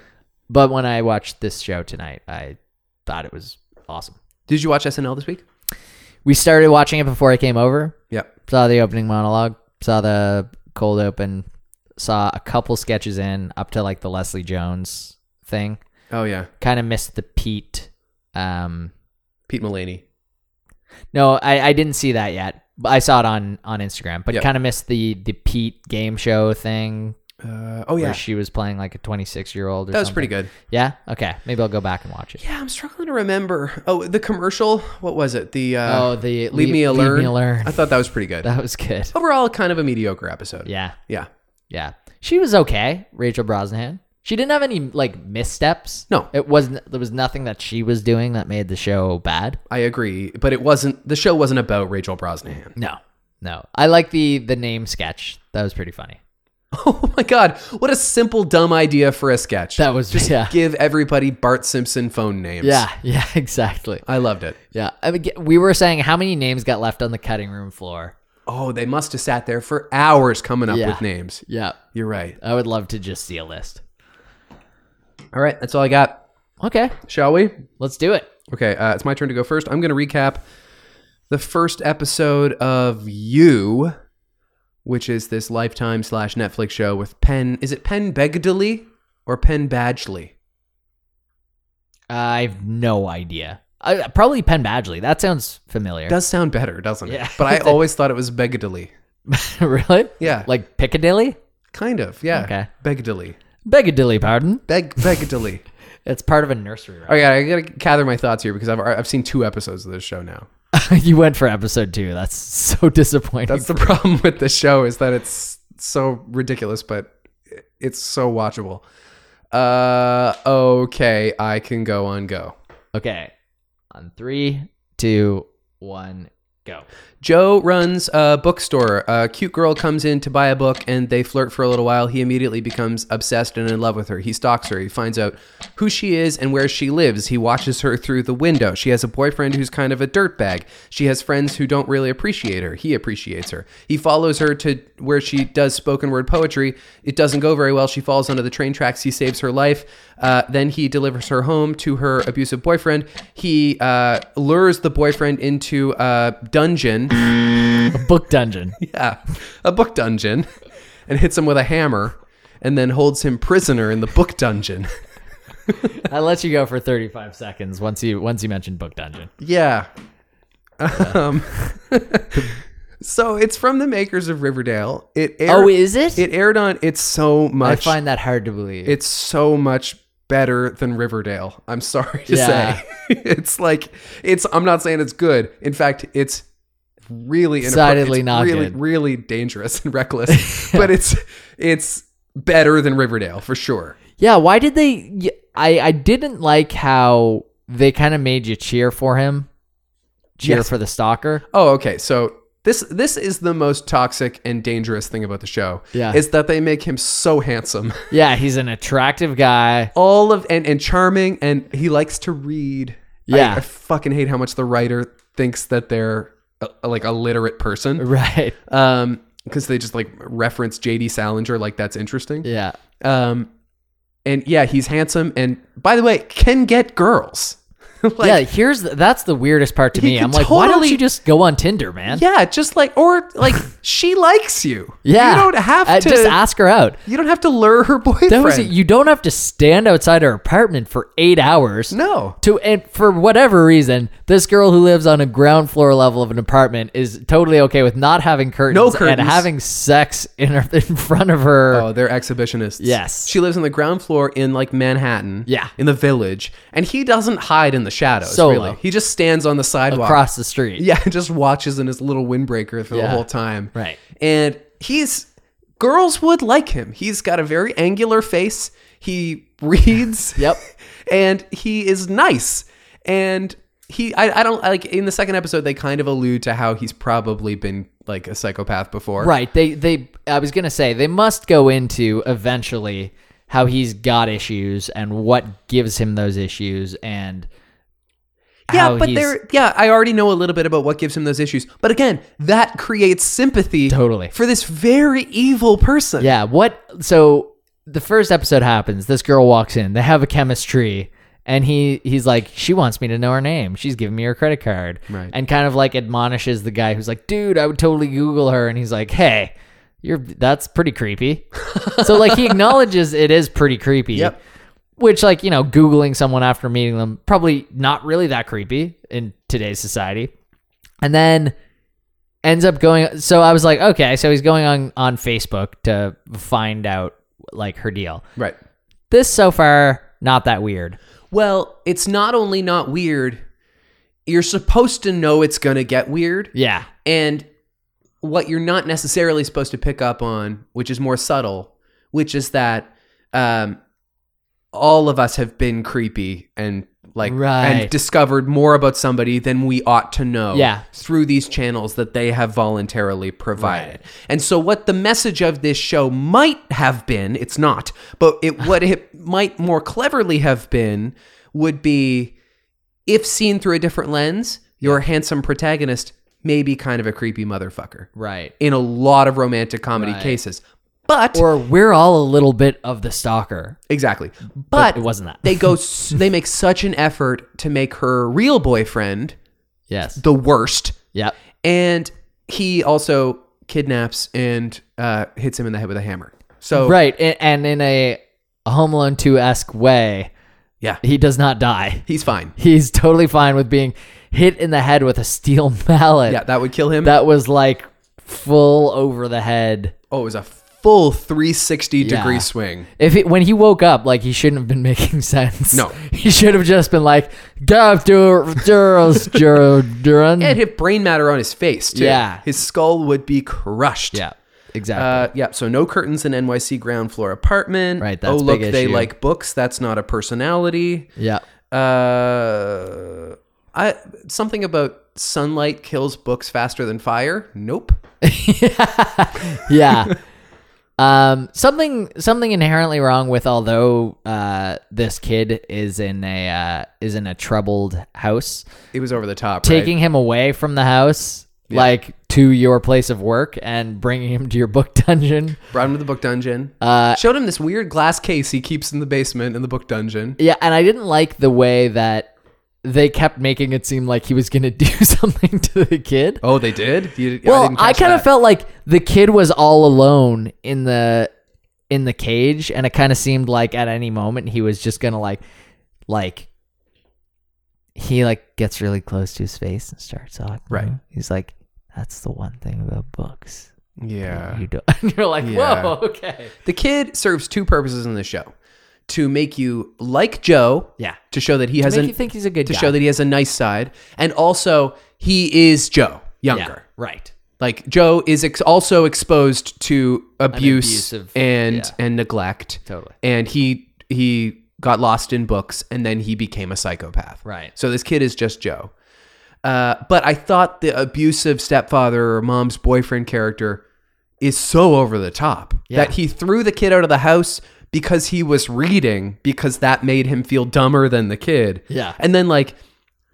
but when I watched this show tonight, I thought it was awesome. Did you watch SNL this week? We started watching it before I came over. Yep. Saw the opening monologue. Saw the cold open. Saw a couple sketches in up to like the Leslie Jones thing. Oh yeah. Kind of missed the Pete. Um, Pete Mullaney. no, I, I didn't see that yet. But I saw it on on Instagram, but Yep. kind of missed the the Pete game show thing Uh, oh where yeah. she was playing like a 26 year old. That was pretty good. Yeah. Okay. Maybe I'll go back and watch it. Yeah, I'm struggling to remember. Oh, the commercial. What was it? The uh, oh, the leave, me alone. Leave me alone. I thought that was pretty good. That was good. Overall, kind of a mediocre episode. Yeah. Yeah. Yeah. She was okay. Rachel Brosnahan. She didn't have any like missteps. No. It wasn't. There was nothing that she was doing that made the show bad. I agree. But it wasn't. The show wasn't about Rachel Brosnahan. No. No. I like the the name sketch. That was pretty funny. Oh my god! What a simple, dumb idea for a sketch. That was just yeah. Give everybody Bart Simpson phone names. Yeah. Yeah. Exactly. I loved it. Yeah. I mean, we were saying how many names got left on the cutting room floor. Oh, they must have sat there for hours coming up Yeah. with names. Yeah. You're right. I would love to just see a list. All right, that's all I got. Okay. Shall we? Let's do it. Okay, uh, it's my turn to go first. I'm going to recap the first episode of You, which is this Lifetime slash Netflix show with Penn. Is it Penn Begdley or Penn Badgley? I've no idea. I, probably Penn Badgley. That sounds familiar. Does sound better, doesn't it? Yeah. But I always thought it was Begdley. really? Yeah, like Like Piccadilly? kind of. Yeah. Okay. Begdley. Begadilly, pardon. Beg Begdley. It's part of a nursery rhyme. all right, I got to gather my thoughts here because I've I've seen two episodes of this show now. you went for episode two. That's so disappointing. That's the problem with the show is that it's so ridiculous, but it's so watchable. Uh, okay, I can go on go. okay. On three, two, one, go. Joe runs a bookstore. A cute girl comes in to buy a book and they flirt for a little while. He immediately becomes obsessed and in love with her. He stalks her. He finds out who she is and where she lives. He watches her through the window. She has a boyfriend who's kind of a dirtbag. She has friends who don't really appreciate her. He appreciates her. He follows her to where she does spoken word poetry. It doesn't go very well. She falls onto the train tracks. He saves her life. Uh, then he delivers her home to her abusive boyfriend. He uh, lures the boyfriend into a dungeon A book dungeon. yeah, a book dungeon, and hits him with a hammer, and then holds him prisoner in the book dungeon. I let you go for thirty-five seconds once you once you mentioned book dungeon. Yeah. Um, so it's from the makers of Riverdale. It aired, Oh, is it? it aired on. It's so I much. find that hard to believe. it's so much better than Riverdale. I'm sorry to Yeah. say. it's like it's. I'm not saying it's good. In fact, it's really inappropri- Decidedly it's not really, good. Really dangerous and reckless. but it's it's better than Riverdale for sure. yeah. Why did they? y- I I didn't like how they kind of made you cheer for him, cheer Yes. for the stalker. Oh, okay. So this this is the most toxic and dangerous thing about the show. Yeah. Is that they make him so handsome. Yeah, he's an attractive guy. All of and, and charming and he likes to read. I- Yeah. I, fucking hate how much the writer thinks that they're uh, like a literate person. Right. Um because they just like reference JD Salinger like that's interesting. Yeah. Um and yeah, he's handsome and by the way, can get girls. like yeah, here's the, that's the weirdest part to He me. could I'm like, why don't totally- you just go on Tinder, man? yeah, just like or like she likes you. Yeah. You don't have Uh, to just ask her out. You don't have to lure her boyfriend. That was it. You don't have to stand outside her apartment for eight hours. no. To and for whatever reason, this girl who lives on a ground floor level of an apartment is totally okay with not having curtains, No curtains. and having sex in her, in front of her. Oh, they're exhibitionists. Yes. She lives on the ground floor in like Manhattan. Yeah. In the village. And he doesn't hide in the shadows, Solo. really. He just stands on the sidewalk. across the street. Yeah, and just watches in his little windbreaker for the Yeah. whole time. Right. And he's girls would like him. He's got a very angular face. He reads. Yep. And he is nice. And he I, I don't like in the second episode they kind of allude to how he's probably been like a psychopath before. Right. They they I was going to say they must go into eventually how he's got issues and what gives him those issues and Yeah, how but he's- there yeah, I already know a little bit about what gives him those issues. But again, that creates sympathy Totally. for this very evil person. Yeah, what so the first episode happens, this girl walks in, they have a chemistry and he he's like she wants me to know her name. She's giving me her credit card. Right. And kind of like admonishes the guy who's like, "Dude, I would totally google her." And he's like, "Hey, you're that's pretty creepy." so like he acknowledges it is pretty creepy. Yep. Which like, you know, googling someone after meeting them probably not really that creepy in today's society. And then ends up going so i was like okay so he's going on on facebook to find out like her deal Right. this so far not that weird Well, it's not only not weird, you're supposed to know it's going to get weird. yeah And what you're not necessarily supposed to pick up on, which is more subtle, which is that um, all of us have been creepy and like Right. and discovered more about somebody than we ought to know Yeah. through these channels that they have voluntarily provided. And so what the message of this show might have been, it's not, but it what it might more cleverly have been would be if seen through a different lens, your handsome protagonist may be kind of a creepy motherfucker right in a lot of romantic comedy Right. cases. But or we're all a little bit of the stalker exactly. but, But, it wasn't that they go s- they make such an effort to make her real boyfriend yes the worst yep and he also kidnaps and uh, hits him in the head with a hammer. So right a- and in a home alone 2-esque way yeah, he does not die he's fine. he's totally fine with being hit in the head with a steel mallet Yeah, that would kill him. that was like full over the head oh, it was a full 360 Yeah. degree swing. If he, when he woke up, like he shouldn't have been making sense. No. he should have just been like, "Gav Dur- Duros Duro Duran." And hit brain matter on his face too. Yeah. his skull would be crushed. Yeah, exactly. Uh, yeah, so no curtains in NYC ground floor apartment. Right, that's oh look, big they issue. like books. That's not a personality. yeah, Uh, I something about sunlight kills books faster than fire. Nope. yeah. um, something something inherently wrong with although uh, this kid is in a uh, is in a troubled house, It was over the top. right? taking him away from the house, like to your place of work, and bringing him to your book dungeon. Brought him to the book dungeon. Uh, Showed him this weird glass case he keeps in the basement in the book dungeon. Yeah, and I didn't like the way that they kept making it seem like he was going to do something to the kid. Oh, they did. You- well, didn't I, catch kind of that. felt like the kid was all alone in the in the cage and it kind of seemed like at any moment he was just going to like like he like gets really close to his face and starts talking. Right. He's like that's the one thing about books. that yeah. You don't. And you're like, Yeah. "Whoa, okay." The kid serves two purposes in the show: to make you like Joe, Yeah. to show that he has Make an you think he's a good to guy. show that he has a nice side, and also he is Joe yeah, younger. right. Like Joe is ex- also exposed to abuse abusive- and yeah. and neglect, Totally. and he he got lost in books, and then he became a psychopath. Right. So this kid is just Joe. Uh, but I thought the abusive stepfather or mom's boyfriend character is so over the top Yeah. that he threw the kid out of the house because he was reading because that made him feel dumber than the kid. Yeah. And then like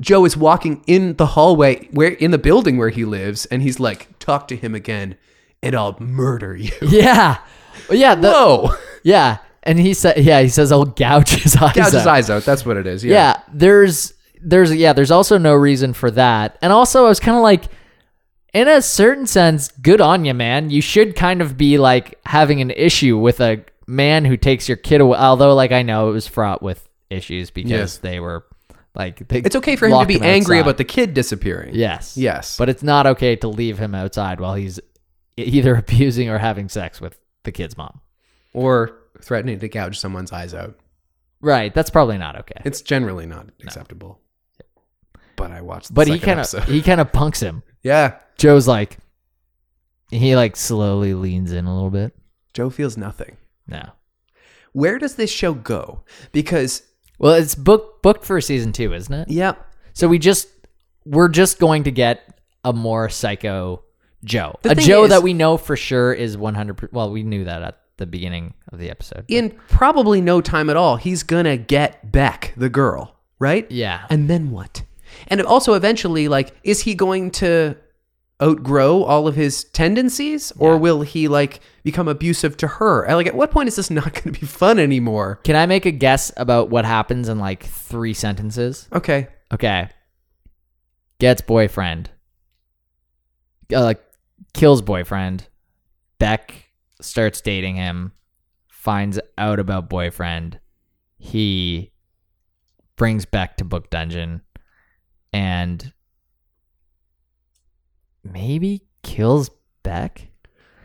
Joe is walking in the hallway where in the building where he lives and he's like talk to him again and I'll murder you. Yeah. Well, yeah. The, Whoa. yeah. And he said, yeah, he says, I'll gouge his eyes Gouge his out." eyes out. That's what it is. Yeah. yeah there's there's yeah there's also no reason for that and also i was kind of like in a certain sense good on you man you should kind of be like having an issue with a man who takes your kid away although like i know it was fraught with issues because Yes. they were like they It's okay for him to locked be angry outside. about the kid disappearing. yes Yes. but it's not okay to leave him outside while he's e-, either abusing or having sex with the kid's mom or threatening to gouge someone's eyes out. right that's probably not okay It's generally not acceptable. But I watched. The but he kind kind of he kind of punks him yeah. Joe's like, he like slowly leans in a little bit. Joe feels nothing. No. Where does this show go? Because Well, it's booked booked for season two, isn't it? yeah, So we just we're just going to get a more psycho Joe, The a thing Joe is- that we know for sure is one hundred. Well, we knew that at the beginning of the episode. in probably no time at all, he's gonna get Beck, the girl, right? Yeah. And then what? And also eventually, like, is he going to outgrow all of his tendencies, or will he like become abusive to her? And, Like, at what point is this not going to be fun anymore? Can I make a guess about what happens in like three sentences? Okay, Okay. Gets boyfriend. Uh, kills boyfriend. Beck starts dating him. Finds out about boyfriend. He brings Beck to Book Dungeon and maybe kills Beck.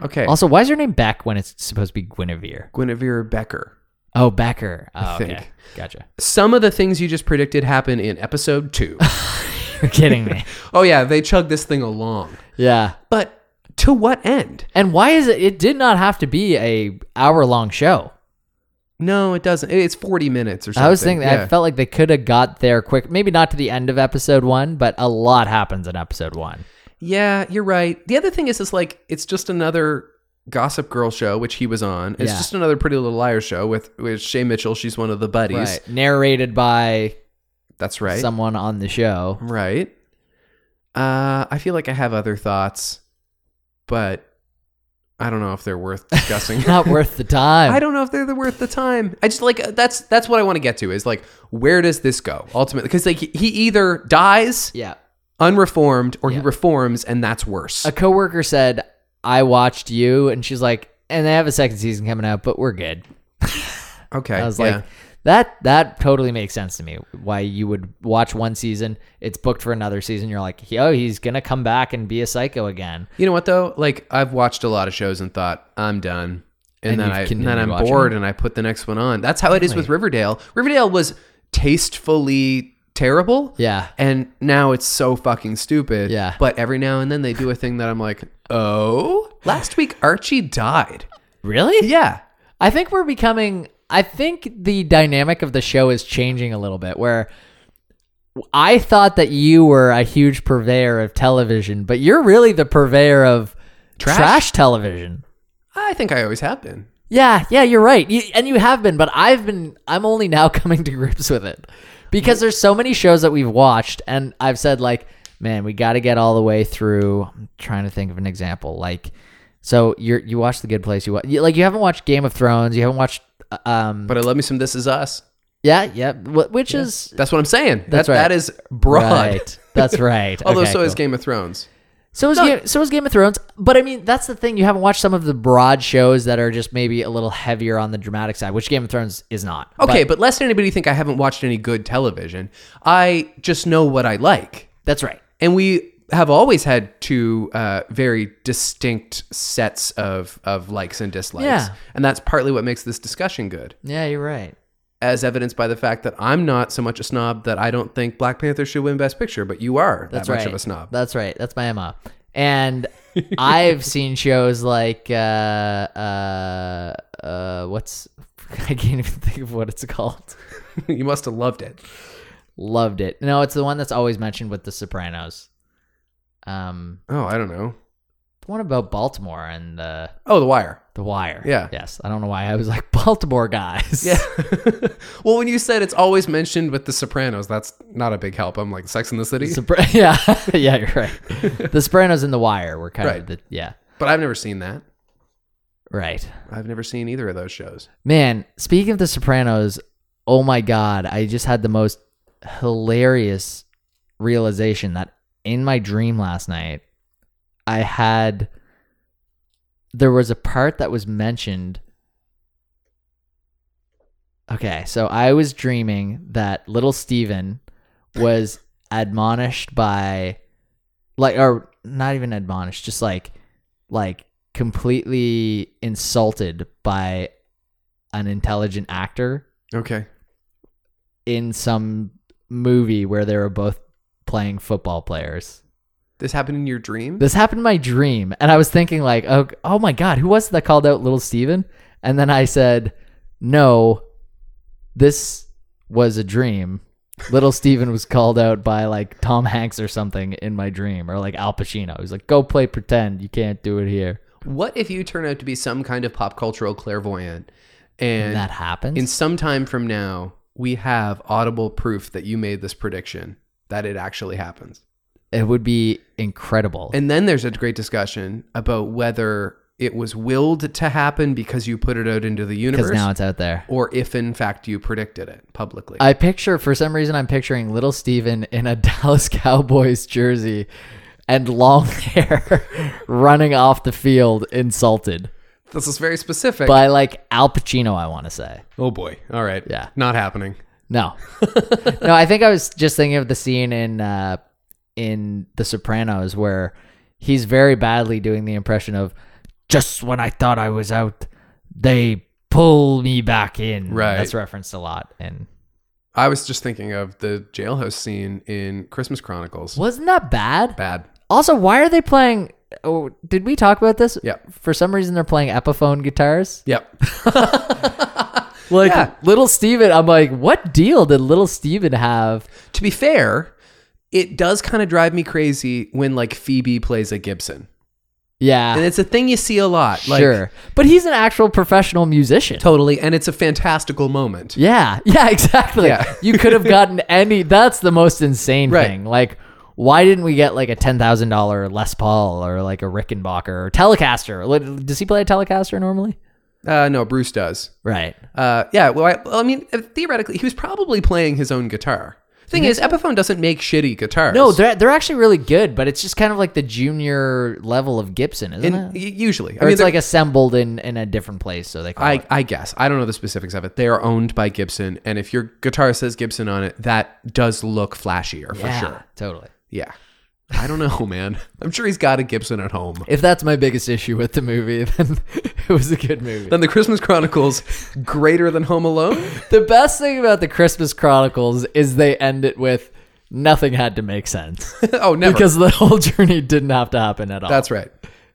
okay. Also, why is her name Beck when it's supposed to be Guinevere? Guinevere Becker. Oh, Becker. Oh, okay. think. Gotcha. Some of the things you just predicted happen in episode two. You're kidding me. oh yeah, they chug this thing along. yeah. But to what end? And why is it? It did not have to be a hour long show. No, it doesn't. It's forty minutes or something. I was thinking. yeah. I felt like they could have got there quick. Maybe not to the end of episode one, but a lot happens in episode one. Yeah, you're right. The other thing is, is like it's just another Gossip Girl show, which he was on. It's Yeah. just another Pretty Little Liars show with with Shay Mitchell. She's one of the buddies. Right. Narrated by That's right. someone on the show. Right. Uh, I feel like I have other thoughts, but I don't know if they're worth discussing. Not worth the time. I don't know if they're the worth the time. I just like uh, that's that's what I want to get to is like where does this go ultimately? Because like he he either dies Yeah. unreformed or Yeah. he reforms and that's worse. A coworker said, "I watched you," and she's like, "And they have a second season coming out, but we're good." Okay, I was yeah. like, that that totally makes sense to me. Why you would watch one season, it's booked for another season. You're like, oh, he's gonna come back and be a psycho again. you know what though? Like I've watched a lot of shows and thought I'm done, and, And then you've I and continued then I'm watching bored it. and I put the next one on. That's how it is with Riverdale. Riverdale was tastefully terrible. Yeah, And now it's so fucking stupid. Yeah. But every now and then they do a thing that I'm like, oh, last week Archie died. really? Yeah. I think we're becoming. I think the dynamic of the show is changing a little bit. Where I thought that you were a huge purveyor of television, but you're really the purveyor of Trash. trash television. I think I always have been. Yeah, yeah, you're right. You, and you have been, but I've been, I'm only now coming to grips with it because there's so many shows that we've watched, and I've said, like, man, we got to get all the way through. I'm trying to think of an example. Like, so you're, you watch The Good Place, you, wa- you like, you haven't watched Game of Thrones, you haven't watched, uh, um, But I love me some This Is Us. yeah, yeah, wh- which is That's what I'm saying. That's that, right. That is broad. right. That's right. Although Okay, so is cool. Game of Thrones. So is, Game, so is Game of Thrones. But I mean, that's the thing. You haven't watched some of the broad shows that are just maybe a little heavier on the dramatic side, which Game of Thrones is not. Okay, but, lest anybody think I haven't watched any good television, I just know what I like. That's right. And we have always had two uh, very distinct sets of, of likes and dislikes. Yeah. And that's partly what makes this discussion good. Yeah, you're right. as evidenced by the fact that I'm not so much a snob that I don't think Black Panther should win Best Picture, but you are That's that right. much of a snob. That's right. That's my Emma. And I've seen shows like uh, uh, uh, what's I can't even think of what it's called. you must have loved it. Loved it. No, it's the one that's always mentioned with The Sopranos. Um, Oh, I don't know. the one about Baltimore and the Oh, The Wire. the Wire. Yeah. Yes. I don't know why I was like Baltimore guys. Yeah. well, when you said it's always mentioned with The Sopranos, that's not a big help. I'm like Sex in the City, Sopra- yeah. yeah. You're right. the Sopranos and the Wire were kind Right. of the yeah. but I've never seen that. Right. I've never seen either of those shows. Man, speaking of The Sopranos, oh my God, I just had the most hilarious realization that in my dream last night, I had. There was a part that was mentioned. Okay, so I was dreaming that little Steven was admonished by, like, or not even admonished, just like, like completely insulted by an intelligent actor Okay. in some movie where they were both playing football players. This happened in your dream? This happened in my dream, and I was thinking like, oh, oh my god, who was it that called out little Steven? And then I said, no, this was a dream. Little Steven was called out by like Tom Hanks or something in my dream, or like Al Pacino. He was like, go play pretend. You can't do it here. what if you turn out to be some kind of pop cultural clairvoyant and And that happens. in some time from now we have audible proof that you made this prediction that it actually happens. it would be incredible. And then there's a great discussion about whether it was willed to happen because you put it out into the Because universe now it's out there. or if in fact you predicted it publicly. I picture for some reason I'm picturing little Steven in a Dallas Cowboys jersey and long hair running off the field insulted this is very specific. by like Al Pacino I want to say. oh boy. All right. Yeah. Not happening. No. no, I think I was just thinking of the scene in uh in The Sopranos where he's very badly doing the impression of just when I thought I was out they pull me back in. Right. That's referenced a lot and I was just thinking of the jailhouse scene in Christmas Chronicles. wasn't that bad? Bad. Also, why are they playing? Oh, did we talk about this? Yep. For some reason, they're playing Epiphone guitars. Yep. Like Yeah. Little Steven, I'm like, what deal did Little Steven have? to be fair, it does kind of drive me crazy when like Phoebe plays a Gibson. And Yeah, it's a thing you see a lot. Like Ah. sure. But he's an actual professional musician. totally. And it's a fantastical moment. yeah, yeah, exactly. Yeah. you could have gotten any. That's the most insane Right. thing. Like, why didn't we get like a ten thousand dollar Les Paul or like a Rickenbacker or Telecaster? Like, Does he play a Telecaster normally? Uh, no, Bruce does. Right. Uh, yeah. Well I, well, I mean, uh, theoretically, he was probably playing his own guitar. Thing is, Epiphone doesn't make shitty guitars. No, they're they're actually really good, but it's just kind of like the junior level of Gibson, In- isn't it? y- usually. Or it's they're- like assembled in in a different place, so they call I, it. I guess I don't know the specifics of it. They are owned by Gibson, and if your guitar says Gibson on it, that does look flashier for Yeah, sure. totally. Yeah, I don't know, man. I'm sure he's got a Gibson at home. If that's my biggest issue with the movie, then it was a good movie. Then the Christmas Chronicles greater than Home Alone. The best thing about the Christmas Chronicles is they end it with nothing had to make sense oh, never. because the whole journey didn't have to happen at all. That's right.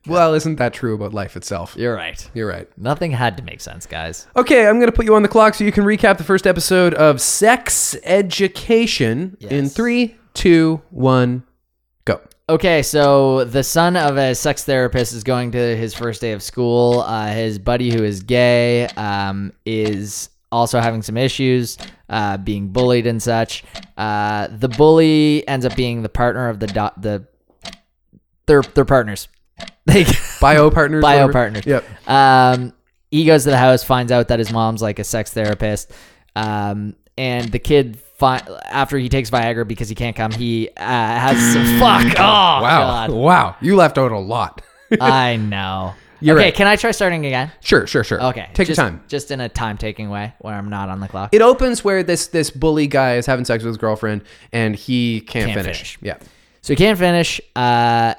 Well, isn't that true about life itself? You're right. You're right. Nothing had to make sense, guys. Okay, I'm going to put you on the clock so you can recap the first episode of Sex Education in Yes. three, two, one, go. Okay, so the son of a sex therapist is going to his first day of school. Uh, his buddy, who is gay, um, is also having some issues, uh, being bullied and such. Uh, the bully ends up being the partner of the do- the. They're they're partners. They Bio partners. Bio whatever. partners. Yep. um, he goes to the house, finds out that his mom's like a sex therapist, um, and the kid fi- after he takes Viagra because he can't come, he uh, has some fuck. Oh Wow. God. Wow. You left out a lot. I know. You're okay, right. can I try starting again? Sure, sure, sure. Okay. Take just, your time. Just in a time taking way where I'm not on the clock. It opens where this this bully guy is having sex with his girlfriend and he can't, Can't finish. finish. Yeah. So he can't finish. Uh,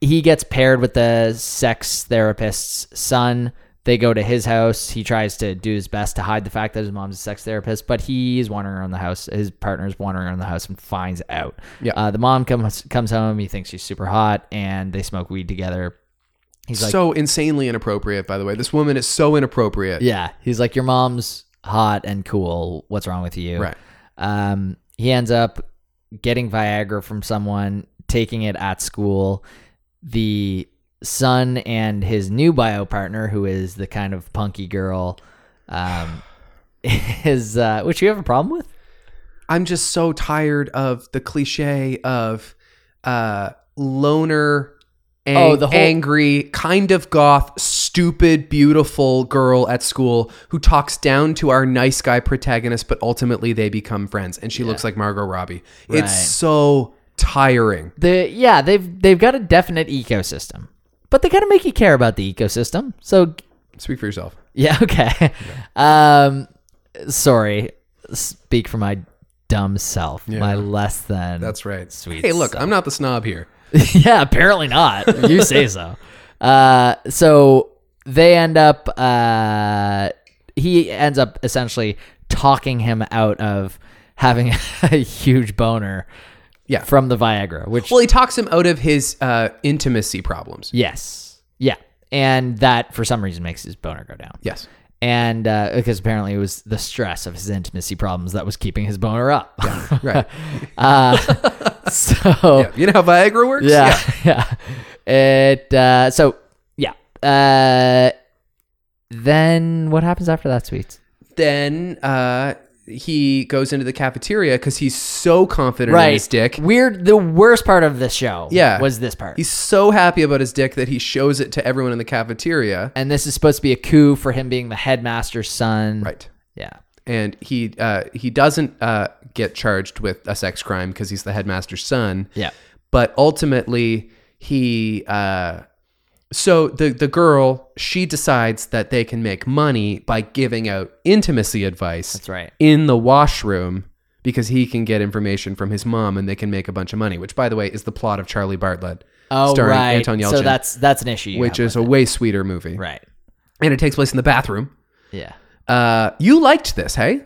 he gets paired with the sex therapist's son. They go to his house. He tries to do his best to hide the fact that his mom's a sex therapist, but he is wandering around the house. His partner's wandering around the house and finds out. Yeah. Uh, the mom comes comes home. He thinks she's super hot, and they smoke weed together. He's like, so insanely inappropriate, by the way. This woman is so inappropriate. yeah, he's like, your mom's hot and cool. What's wrong with you? Right. Um, he ends up getting Viagra from someone, taking it at school. The son and his new bio partner, who is the kind of punky girl, um, is uh, which you have a problem with? I'm just so tired of the cliche of uh, loner, ang- Oh, the whole- angry, kind of goth, stupid, beautiful girl at school who talks down to our nice guy protagonist, but ultimately they become friends, and she looks like Margot Robbie. Right. It's so tiring. The yeah, they've they've got a definite ecosystem, but they got to make you care about the ecosystem. So Speak for yourself. Yeah, okay. Um sorry. Speak for my dumb self. My less than That's right. Sweet Hey, look, I'm not the snob here. yeah, apparently not. You say so. Uh, so they end up. Uh, he ends up essentially talking him out of having a huge boner. Yeah. From the Viagra, which Well, he talks him out of his uh, intimacy problems. yes, yeah, and that for some reason makes his boner go down. Yes. And uh, because apparently it was the stress of his intimacy problems that was keeping his boner up. Right. uh, so Yeah. You know how Viagra works? Yeah, yeah. It uh, so yeah. Uh, then what happens after that, sweets? then uh, he goes into the cafeteria because he's so confident in his dick. Weird. The worst part of this show, Yeah. was this part. He's so happy about his dick that he shows it to everyone in the cafeteria. and this is supposed to be a coup for him being the headmaster's son. Right. Yeah. And he uh, he doesn't uh, get charged with a sex crime because he's the headmaster's son. Yeah. But ultimately, he uh, so the the girl she decides that they can make money by giving out intimacy advice. That's right. in the washroom because he can get information from his mom and they can make a bunch of money, which, by the way, is the plot of Charlie Bartlett, Oh, starring right. Anton Yelchin, So that's that's an issue. you which have is a way sweeter movie. with- right. And it takes place in the bathroom. Yeah. Uh, you liked this, hey?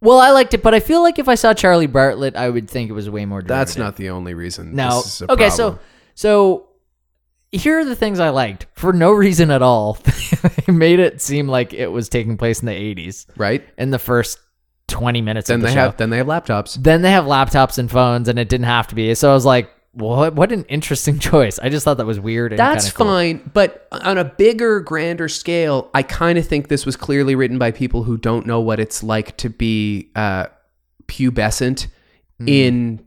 Well, I liked it, but I feel like if I saw Charlie Bartlett, I would think it was way more. That's derivative. not the only reason. No. This is a Okay, so problem. so here are the things I liked for no reason at all. they made it seem like it was taking place in the 80s right in the first 20 minutes then of the they show. have then they have laptops. then they have laptops and phones and it didn't have to be. So I was like, "What what an interesting choice." I just thought that was weird and That's kinda cool. fine, but on a bigger, grander scale, I kind of think this was clearly written by people who don't know what it's like to be uh, pubescent Hmm. in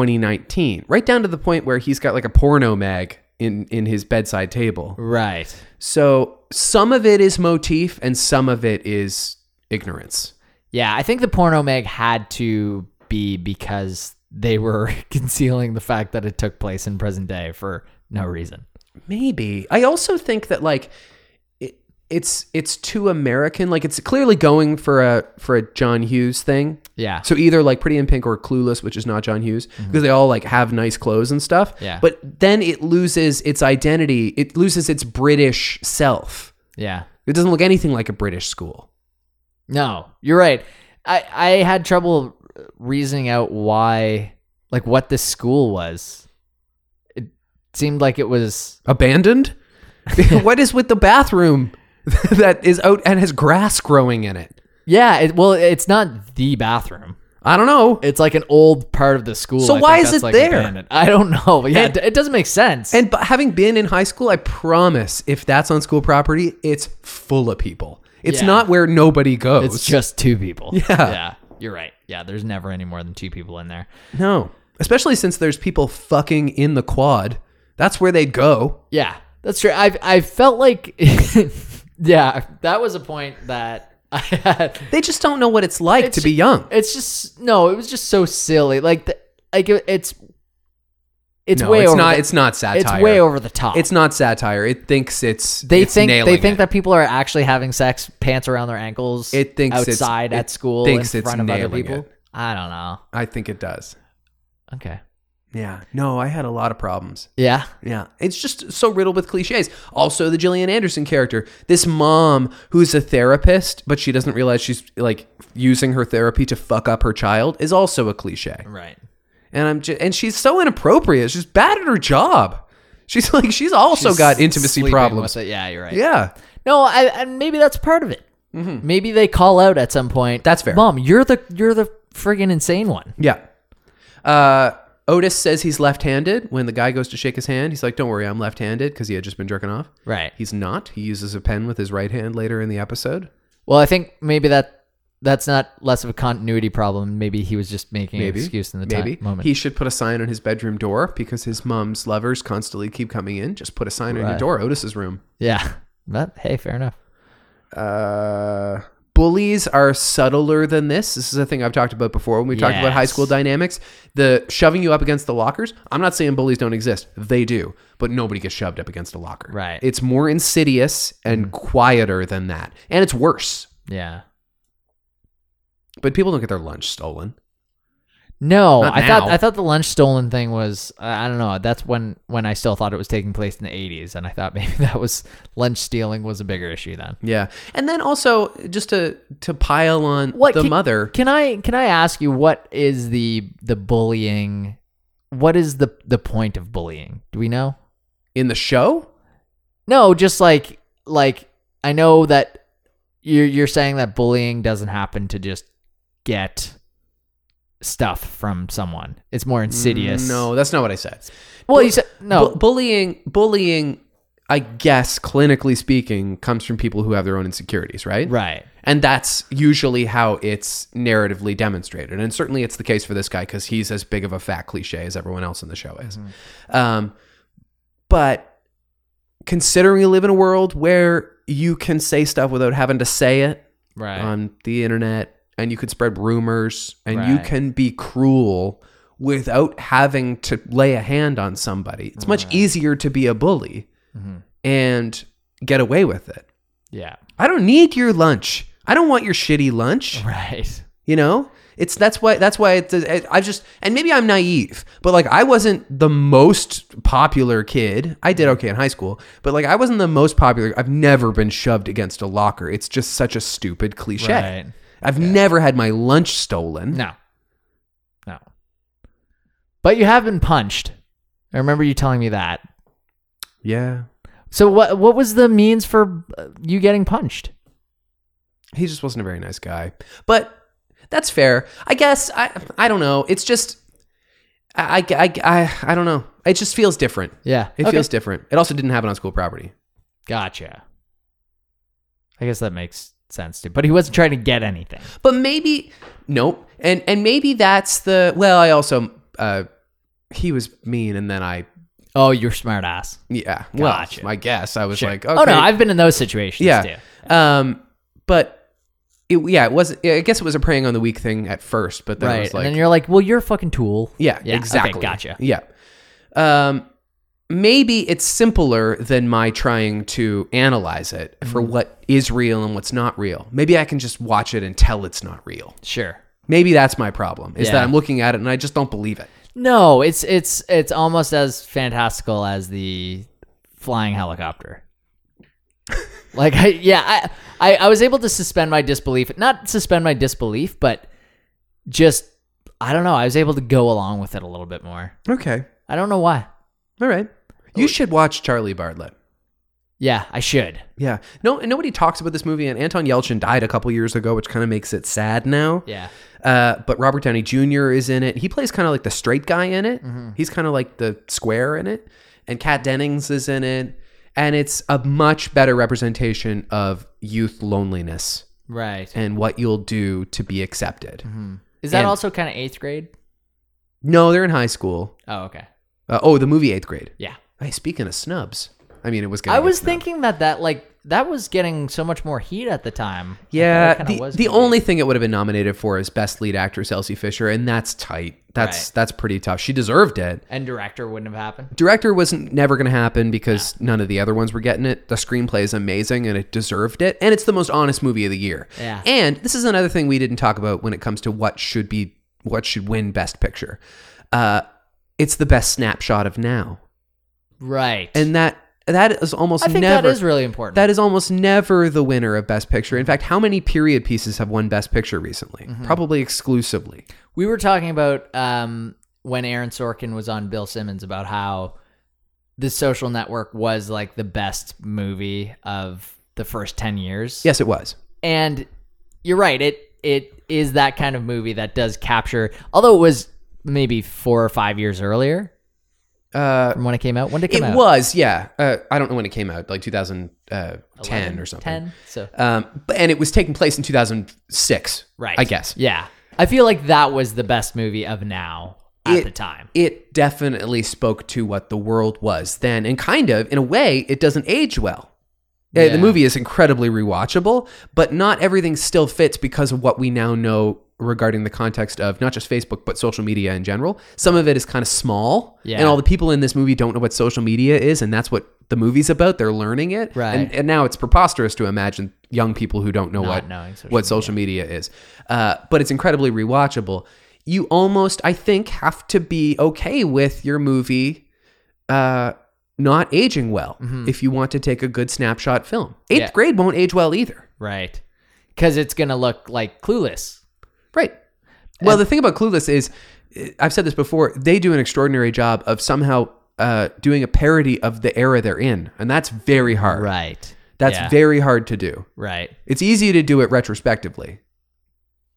2019, right down to the point where he's got like a porno mag in in his bedside Hmm. table. Right. So some of it is motif, and some of it is ignorance. Yeah, I think the porno mag had to be because they were concealing the fact that it took place in present day for no reason. Maybe I also think that like. it- It's it's too American. Like it's clearly going for a for a John Hughes thing. Yeah. So either like Pretty in Pink or Clueless, which is not John Hughes, because they all like have nice clothes and stuff. Mm-hmm. Yeah. But then it loses its identity. It loses its British self. Yeah. It doesn't look anything like a British school. No, you're right. I I had trouble reasoning out why, like, what this school was. It seemed like it was Abandoned? what is with the bathroom that is out and has grass growing in it? yeah. It, well, it's not the bathroom. I don't know. It's like an old part of the school. So I why think is that's, it like, there? abandoned. I don't know. Yeah, And- it, it doesn't make sense. And b- having been in high school, I promise if that's on school property, it's full of people. It's Yeah. not where nobody goes. it's just two people. Yeah. yeah, you're right. Yeah, there's never any more than two people in there. No. Especially since there's people fucking in the quad. That's where they go. Yeah, that's true. I I felt like, yeah, that was a point that I had. They just don't know what it's like It's to be young. It's just no. It was just so silly. Like the, like it, it's it's no, way it's over. not the, it's not satire. it's way over the top. It's not satire. It thinks it's They it's think nailing they think it. that people are actually having sex, pants around their ankles. It thinks it's- outside it at school thinks in it's front of other nailing people. it. I don't know. I think it does. Okay. Yeah. No, I had a lot of problems. Yeah. Yeah. It's just so riddled with cliches. Also the Gillian Anderson character. This mom who's a therapist, but she doesn't realize she's like using her therapy to fuck up her child is also a cliche. Right. and I'm just, and she's so inappropriate. She's bad at her job. She's like she's also She's got intimacy sleeping problems. with it. Yeah, you're right. Yeah. Mm-hmm. No, I, and maybe that's part of it. Maybe they call out at some point. That's fair. Mom, you're the you're the friggin' insane one. Yeah. Uh, Otis says he's left-handed. When the guy goes to shake his hand, he's like, "Don't worry, I'm left-handed," because he had just been jerking off. Right. He's not. He uses a pen with his right hand later in the episode. Well, I think maybe that that's not less of a continuity problem. Maybe he was just making Maybe. an excuse in the Maybe time, moment. he should put a sign on his bedroom door because his mom's lovers constantly keep coming in. Just put a sign on your Right. door, Otis's room. yeah. But hey, fair enough. uh, bullies are subtler than this. This is a thing I've talked about before when we talked about high Yes. school dynamics. The shoving you up against the lockers. I'm not saying bullies don't exist. They do, but nobody gets shoved up against a locker. Right. Mm-hmm. It's more insidious and quieter than that, and it's worse. Yeah. But people don't get their lunch stolen. No, Not I thought now. I thought the lunch stolen thing was I I don't know. That's when when I still thought it was taking place in the 80s, and I thought maybe that was lunch stealing was a bigger issue then. Yeah, and then also just to to pile on What, the can- mother. Can I can I ask you what is the the bullying? What is the the point of bullying? Do we know? in the show. No, just like like I know that you're you're saying that bullying doesn't happen to just get stuff from someone. It's more insidious. No, that's not what I said. Well, you said no. Bu- bullying, bullying, I guess, clinically speaking, comes from people who have their own insecurities, right? right. And that's usually how it's narratively demonstrated. And certainly it's the case for this guy because he's as big of a fat cliche as everyone else in the show is. Um, but considering you live in a world where you can say stuff without having to say it Right. on the internet and you can spread rumors and you Right. can be cruel without having to lay a hand on somebody. It's much easier to be a bully Mhm. and get away with it. Yeah. I don't need your lunch. I don't want your shitty Uh-huh. lunch. Right. You know, it's that's why that's why it's it, I just and maybe I'm naive, but like I wasn't the most popular kid. I did okay in high school, but like I wasn't the most popular. I've never been shoved against a locker. It's just such a stupid cliche. Right. I've never had my lunch stolen. No. No. But you have been punched. I remember you telling me that. Yeah. So what what was the means for uh, you getting punched? He just wasn't a very nice guy. But that's fair. I guess I I don't know. It's just I I I I, I don't know. It just feels different. Yeah. It okay. feels different. It also didn't happen on school property. Gotcha. I guess that makes sense too. But he wasn't trying to get anything. But maybe nope. And and maybe that's the well, I also uh he was mean and then I Oh, you're smart ass. yeah. Well, Gotcha. I guess I was like, okay. Oh no, I've been in those situations yeah. too. Um but it, yeah, it wasn't I guess it was a preying on the weak thing at first, but then it Right. was like and then you're like, well, you're a fucking tool. Yeah, Yeah, okay, exactly. gotcha. Yeah. Um, maybe it's simpler than my trying to analyze it for what is real and what's not real. Maybe I can just watch it and tell it's not real. Sure. Maybe that's my problem is that Yeah. I'm looking at it and I just don't believe it. No, it's it's it's almost as fantastical as the flying helicopter. like I yeah, I, I I was able to suspend my disbelief. Not suspend my disbelief, but just I don't know, I was able to go along with it a little bit more. Okay. I don't know why. All right. You should watch Charlie Bartlett. Yeah, I should. Yeah. No, and nobody talks about this movie. And Anton Yelchin died a couple years ago, which kind of makes it sad now. Yeah. Uh, but Robert Downey Jr. is in it. He plays kind of like the straight guy in it. Mm-hmm. He's kind of like the square in it. And Kat Dennings is in it. And it's a much better representation of youth loneliness Right. and what you'll do to be accepted. Mm-hmm. Is that and- also kind of 8th grade? No, they're in high school. Oh, okay. Uh, oh, the movie Eighth Grade. Yeah. Hey, speaking of snubs, I mean, it was. gonna I get was snubbed. thinking that that like that was getting so much more heat at the time. Like, that Yeah, kinda the, was the getting- only thing it would have been nominated for is Best Lead Actress Elsie Fisher, and that's tight. That's Right. that's pretty tough. She deserved it. and director wouldn't have happened. Director was never going to happen because none of the other ones were getting it. The screenplay is amazing and it deserved it, and it's the most honest movie of the year. Yeah. And this is another thing we didn't talk about when it comes to what should be what should win Best Picture. Uh, it's the best snapshot of now, Right. and that that is almost I think never that is really important. that is almost never the winner of Best Picture. In fact, how many period pieces have won Best Picture recently? Mm-hmm. Probably exclusively. we were talking about um, when Aaron Sorkin was on Bill Simmons about how The Social Network was like the best movie of the first 10 years. Yes, it was. and you're right it it is that kind of movie that does capture although it was maybe four or five years earlier Uh, from when it came out when did it it come out was, yeah. Uh, I don't know when it came out, like 2010 or something. 10 so Um, but, and it was taking place in 2006. right I guess. yeah i feel like that was the best movie of now at It- the time It definitely spoke to what the world was then. And kind of, in a way, it doesn't age well. Uh, Yeah. The movie is incredibly rewatchable, but not everything still fits because of what we now know regarding the context of not just Facebook, but social media in general. Some of it is kind of small, Yeah. and all the people in this movie don't know what social media is, and that's what the movie's about. They're learning it. Right. And, and now it's preposterous to imagine young people who don't know what knowing social what social media is. Uh, but it's incredibly rewatchable. You almost, I think, have to be okay with your movie uh, not aging well if you want to take a good snapshot film. Eighth Mm-hmm. Yeah. grade won't age well either. right because it's gonna look like clueless Right. Well, the thing about Clueless is, eh, I've said this before, they do an extraordinary job of somehow uh, doing a parody of the era they're in. And that's very hard. right That's Yeah. very hard to do. right It's easy to do it retrospectively.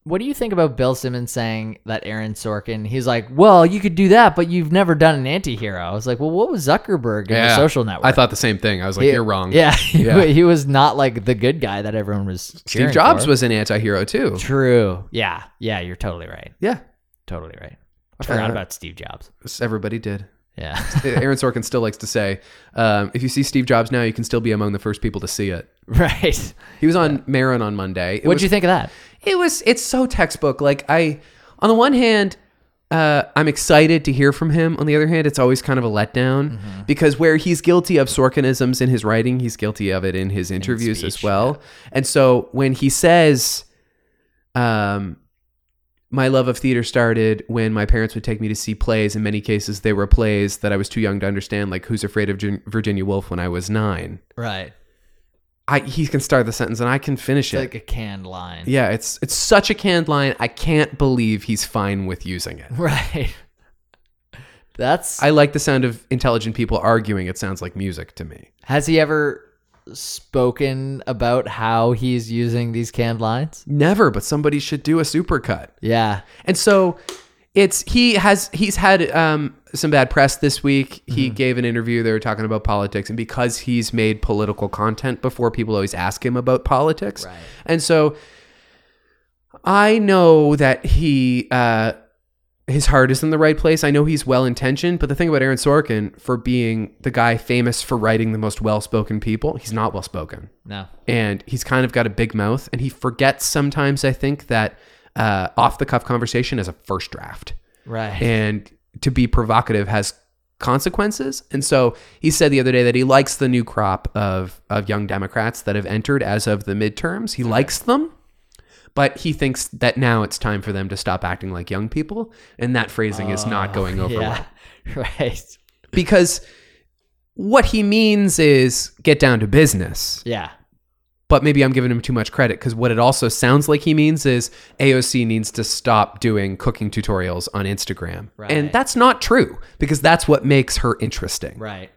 what do you think about bill simmons saying that aaron sorkin he's like well you could do that but you've never done an anti-hero i was like well what was zuckerberg in the social network I thought the same thing. I was like, He- you're wrong. Yeah, he, Yeah. he was not like the good guy that everyone was. Steve cheering Jobs for. was an anti-hero too. true. Yeah, yeah, you're totally right. Yeah, Totally right. I forgot Uh, about Steve Jobs. s- everybody did. Yeah, Aaron Sorkin still likes to say, um, "If you see Steve Jobs now, you can still be among the first people to see it." right. He was on Marin on Monday. It What'd was, you think of that? It was. It's so textbook. Like I, on the one hand, uh, I'm excited to hear from him. On the other hand, it's always kind of a letdown because where he's guilty of Sorkinisms in his writing, he's guilty of it in his interviews as speech, well. And so when he says, um, my love of theater started when my parents would take me to see plays. In many cases, they were plays that I was too young to understand, like Who's Afraid of Gin- Virginia Woolf when I was nine. Right. I, he can start the sentence and I can finish It's it. like a canned line. Yeah, it's it's such a canned line. I can't believe he's fine with using it. Right. That's. I like the sound of intelligent people arguing. It sounds like music to me. has he ever spoken about how he's using these canned lines? Never, but somebody should do a supercut. Yeah. And so it's he has he's had um, some bad press this week. He gave an interview. They were talking about politics, and because he's made political content before, people always ask him about politics. Right. And so I know that he uh, his heart is in the right place. I know he's well intentioned, but the thing about Aaron Sorkin for being the guy famous for writing the most well spoken people, he's not well spoken No. and he's kind of got a big mouth and he forgets sometimes i think that uh, off the cuff conversation is a first draft Right. and to be provocative has consequences and so he said the other day that he likes the new crop of of young democrats that have entered as of the midterms he likes them but he thinks that now it's time for them to stop acting like young people and that phrasing is not going over well Oh, yeah. Right. because what he means is get down to business Yeah. but maybe I'm giving him too much credit because what it also sounds like he means is AOC needs to stop doing cooking tutorials on Instagram. Right. And that's not true because that's what makes her interesting. Right.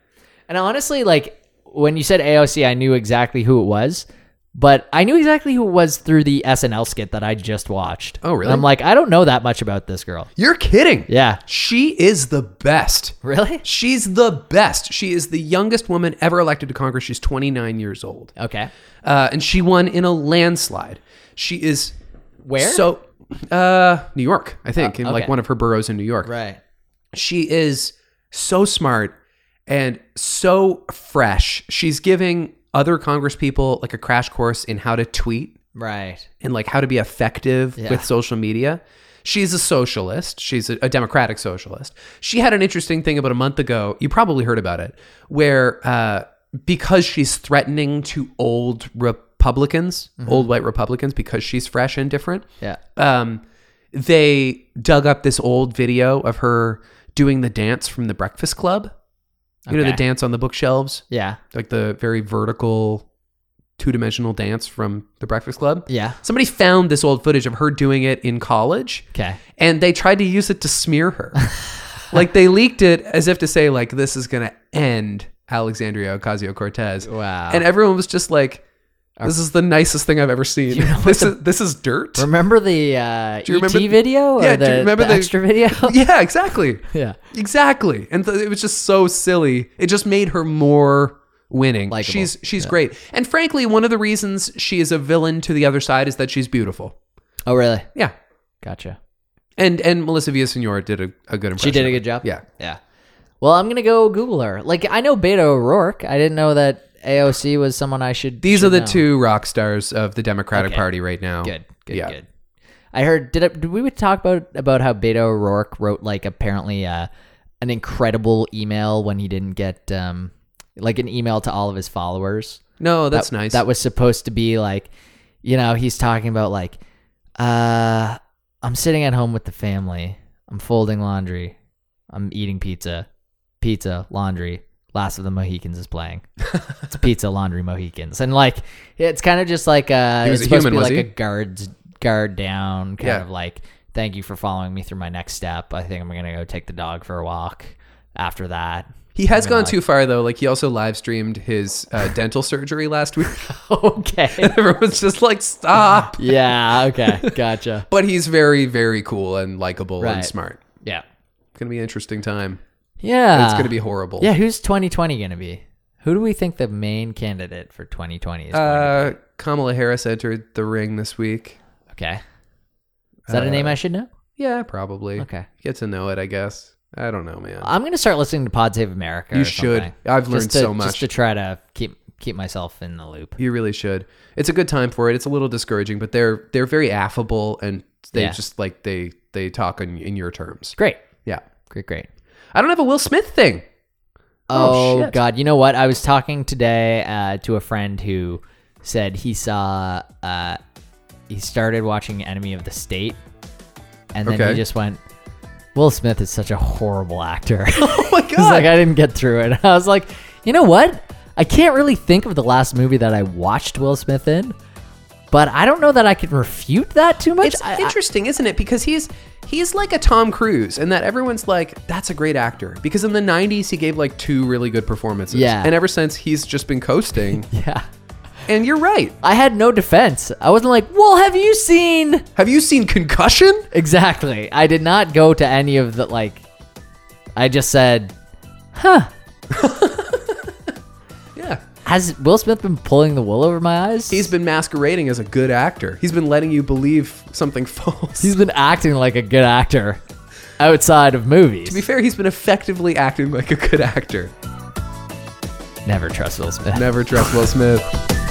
And honestly, like when you said AOC, I knew exactly who it was, but I knew exactly who it was through the SNL skit that I just watched. Oh, really? And I'm like, I don't know that much about this girl. You're kidding. Yeah. She is the best. Really? She's the best. She is the youngest woman ever elected to Congress. She's 29 years old. Okay. Uh, and she won in a landslide. She is Where? Oh, so uh New York, I think, in like okay. one of her boroughs in New York. right. she is so smart and so fresh. She's giving other congresspeople like a crash course in how to tweet Right. and like how to be effective Yeah. with social media. She's a socialist. She's a, a democratic socialist. She had an interesting thing about a month ago. You probably heard about it, where uh, because she's threatening to old Republicans, old white Republicans, because she's fresh and different, Yeah. um, they dug up this old video of her doing the dance from the Breakfast Club. You know, the Okay. dance on the bookshelves, Yeah. like the very vertical, two dimensional dance from the Breakfast Club. Yeah. Somebody found this old footage of her doing it in college Okay. and they tried to use it to smear her. like they leaked it as if to say, like, this is going to and Alexandria Ocasio Cortez. Wow. And everyone was just like, this is the nicest thing I've ever seen. this, is, this is dirt. remember the uh, you remember- ET video or Yeah, the, do you remember the the- extra video? yeah, exactly. yeah. Exactly. And th- it was just so silly. It just made her more winning. Likeable. She's she's great. And frankly, one of the reasons she is a villain to the other side is that she's beautiful. Oh, really? Yeah. Gotcha. And and Melissa Villaseñor did a, a good impression. She did a of good job. Yeah. Yeah. Well, I'm gonna go Google her. Like I know Beta O'Rourke. I didn't know that AOC was someone I should. These should are the know. two rock stars of the Democratic Okay. Party right now. Good. Good. Yeah. Good. I heard. Did, it, did we talk about about how Beta O'Rourke wrote like apparently uh, an incredible email when he didn't get um, like an email to all of his followers. No, that's nice. that was supposed to be like you know he's talking about like uh i'm sitting at home with the family i'm folding laundry i'm eating pizza pizza laundry last of the mohicans is playing it's pizza laundry mohicans and like it's kind of just like uh He was it's a supposed human, to was be like he? a guard guard down kind Yeah. of like thank you for following me through my next step i think i'm gonna go take the dog for a walk after that he has I mean, gone like- too far though. Like he also live streamed his uh, dental surgery last week. okay Everyone's just like, stop. yeah okay gotcha But he's very, very cool and likable Right. and smart. yeah It's gonna be an interesting time. Yeah. It's gonna be horrible. Uh, Yeah, who's 2020 going to be? Who do we think the main candidate for 2020 is? going Uh, Kamala Harris entered the ring this week. to be? okay. Is that a uh, name I should know? Yeah, probably. Okay. Get to know it, I guess. I don't know, man. I'm going to start listening to Pod Save America. You or should. something. I've Just learned to- so much. Just to try to keep keep myself in the loop. You really should. It's a good time for it. It's a little discouraging, but they're they're very affable and they Yeah. just like they they talk in, in your terms. Great. Yeah. Great, great. I don't have a Will Smith thing. Oh, Oh, shit. God! You know what? I was talking today uh, to a friend who said he saw uh, he started watching Enemy of the State, and then Okay. he just went, "Will Smith is such a horrible actor." Oh my He's like, I didn't get through it. I was like, you know what? I can't really think of the last movie that I watched Will Smith in, but I don't know that I can refute that too much. it's I- I- interesting, isn't it? Because he's he's like a Tom Cruise, and that everyone's like, that's a great actor. Because in the '90s, he gave like two really good performances. Yeah. And ever since, he's just been coasting. yeah. and you're right. I had no defense. I wasn't like, well, have you seen? Have you seen Concussion? Exactly. I did not go to any of the, like, I just said, huh. Yeah. Has Will Smith been pulling the wool over my eyes? He's been masquerading as a good actor. He's been letting you believe something false. he's been acting like a good actor outside of movies. to be fair, he's been effectively acting like a good actor. Never trust Will Smith. Never trust Will Smith.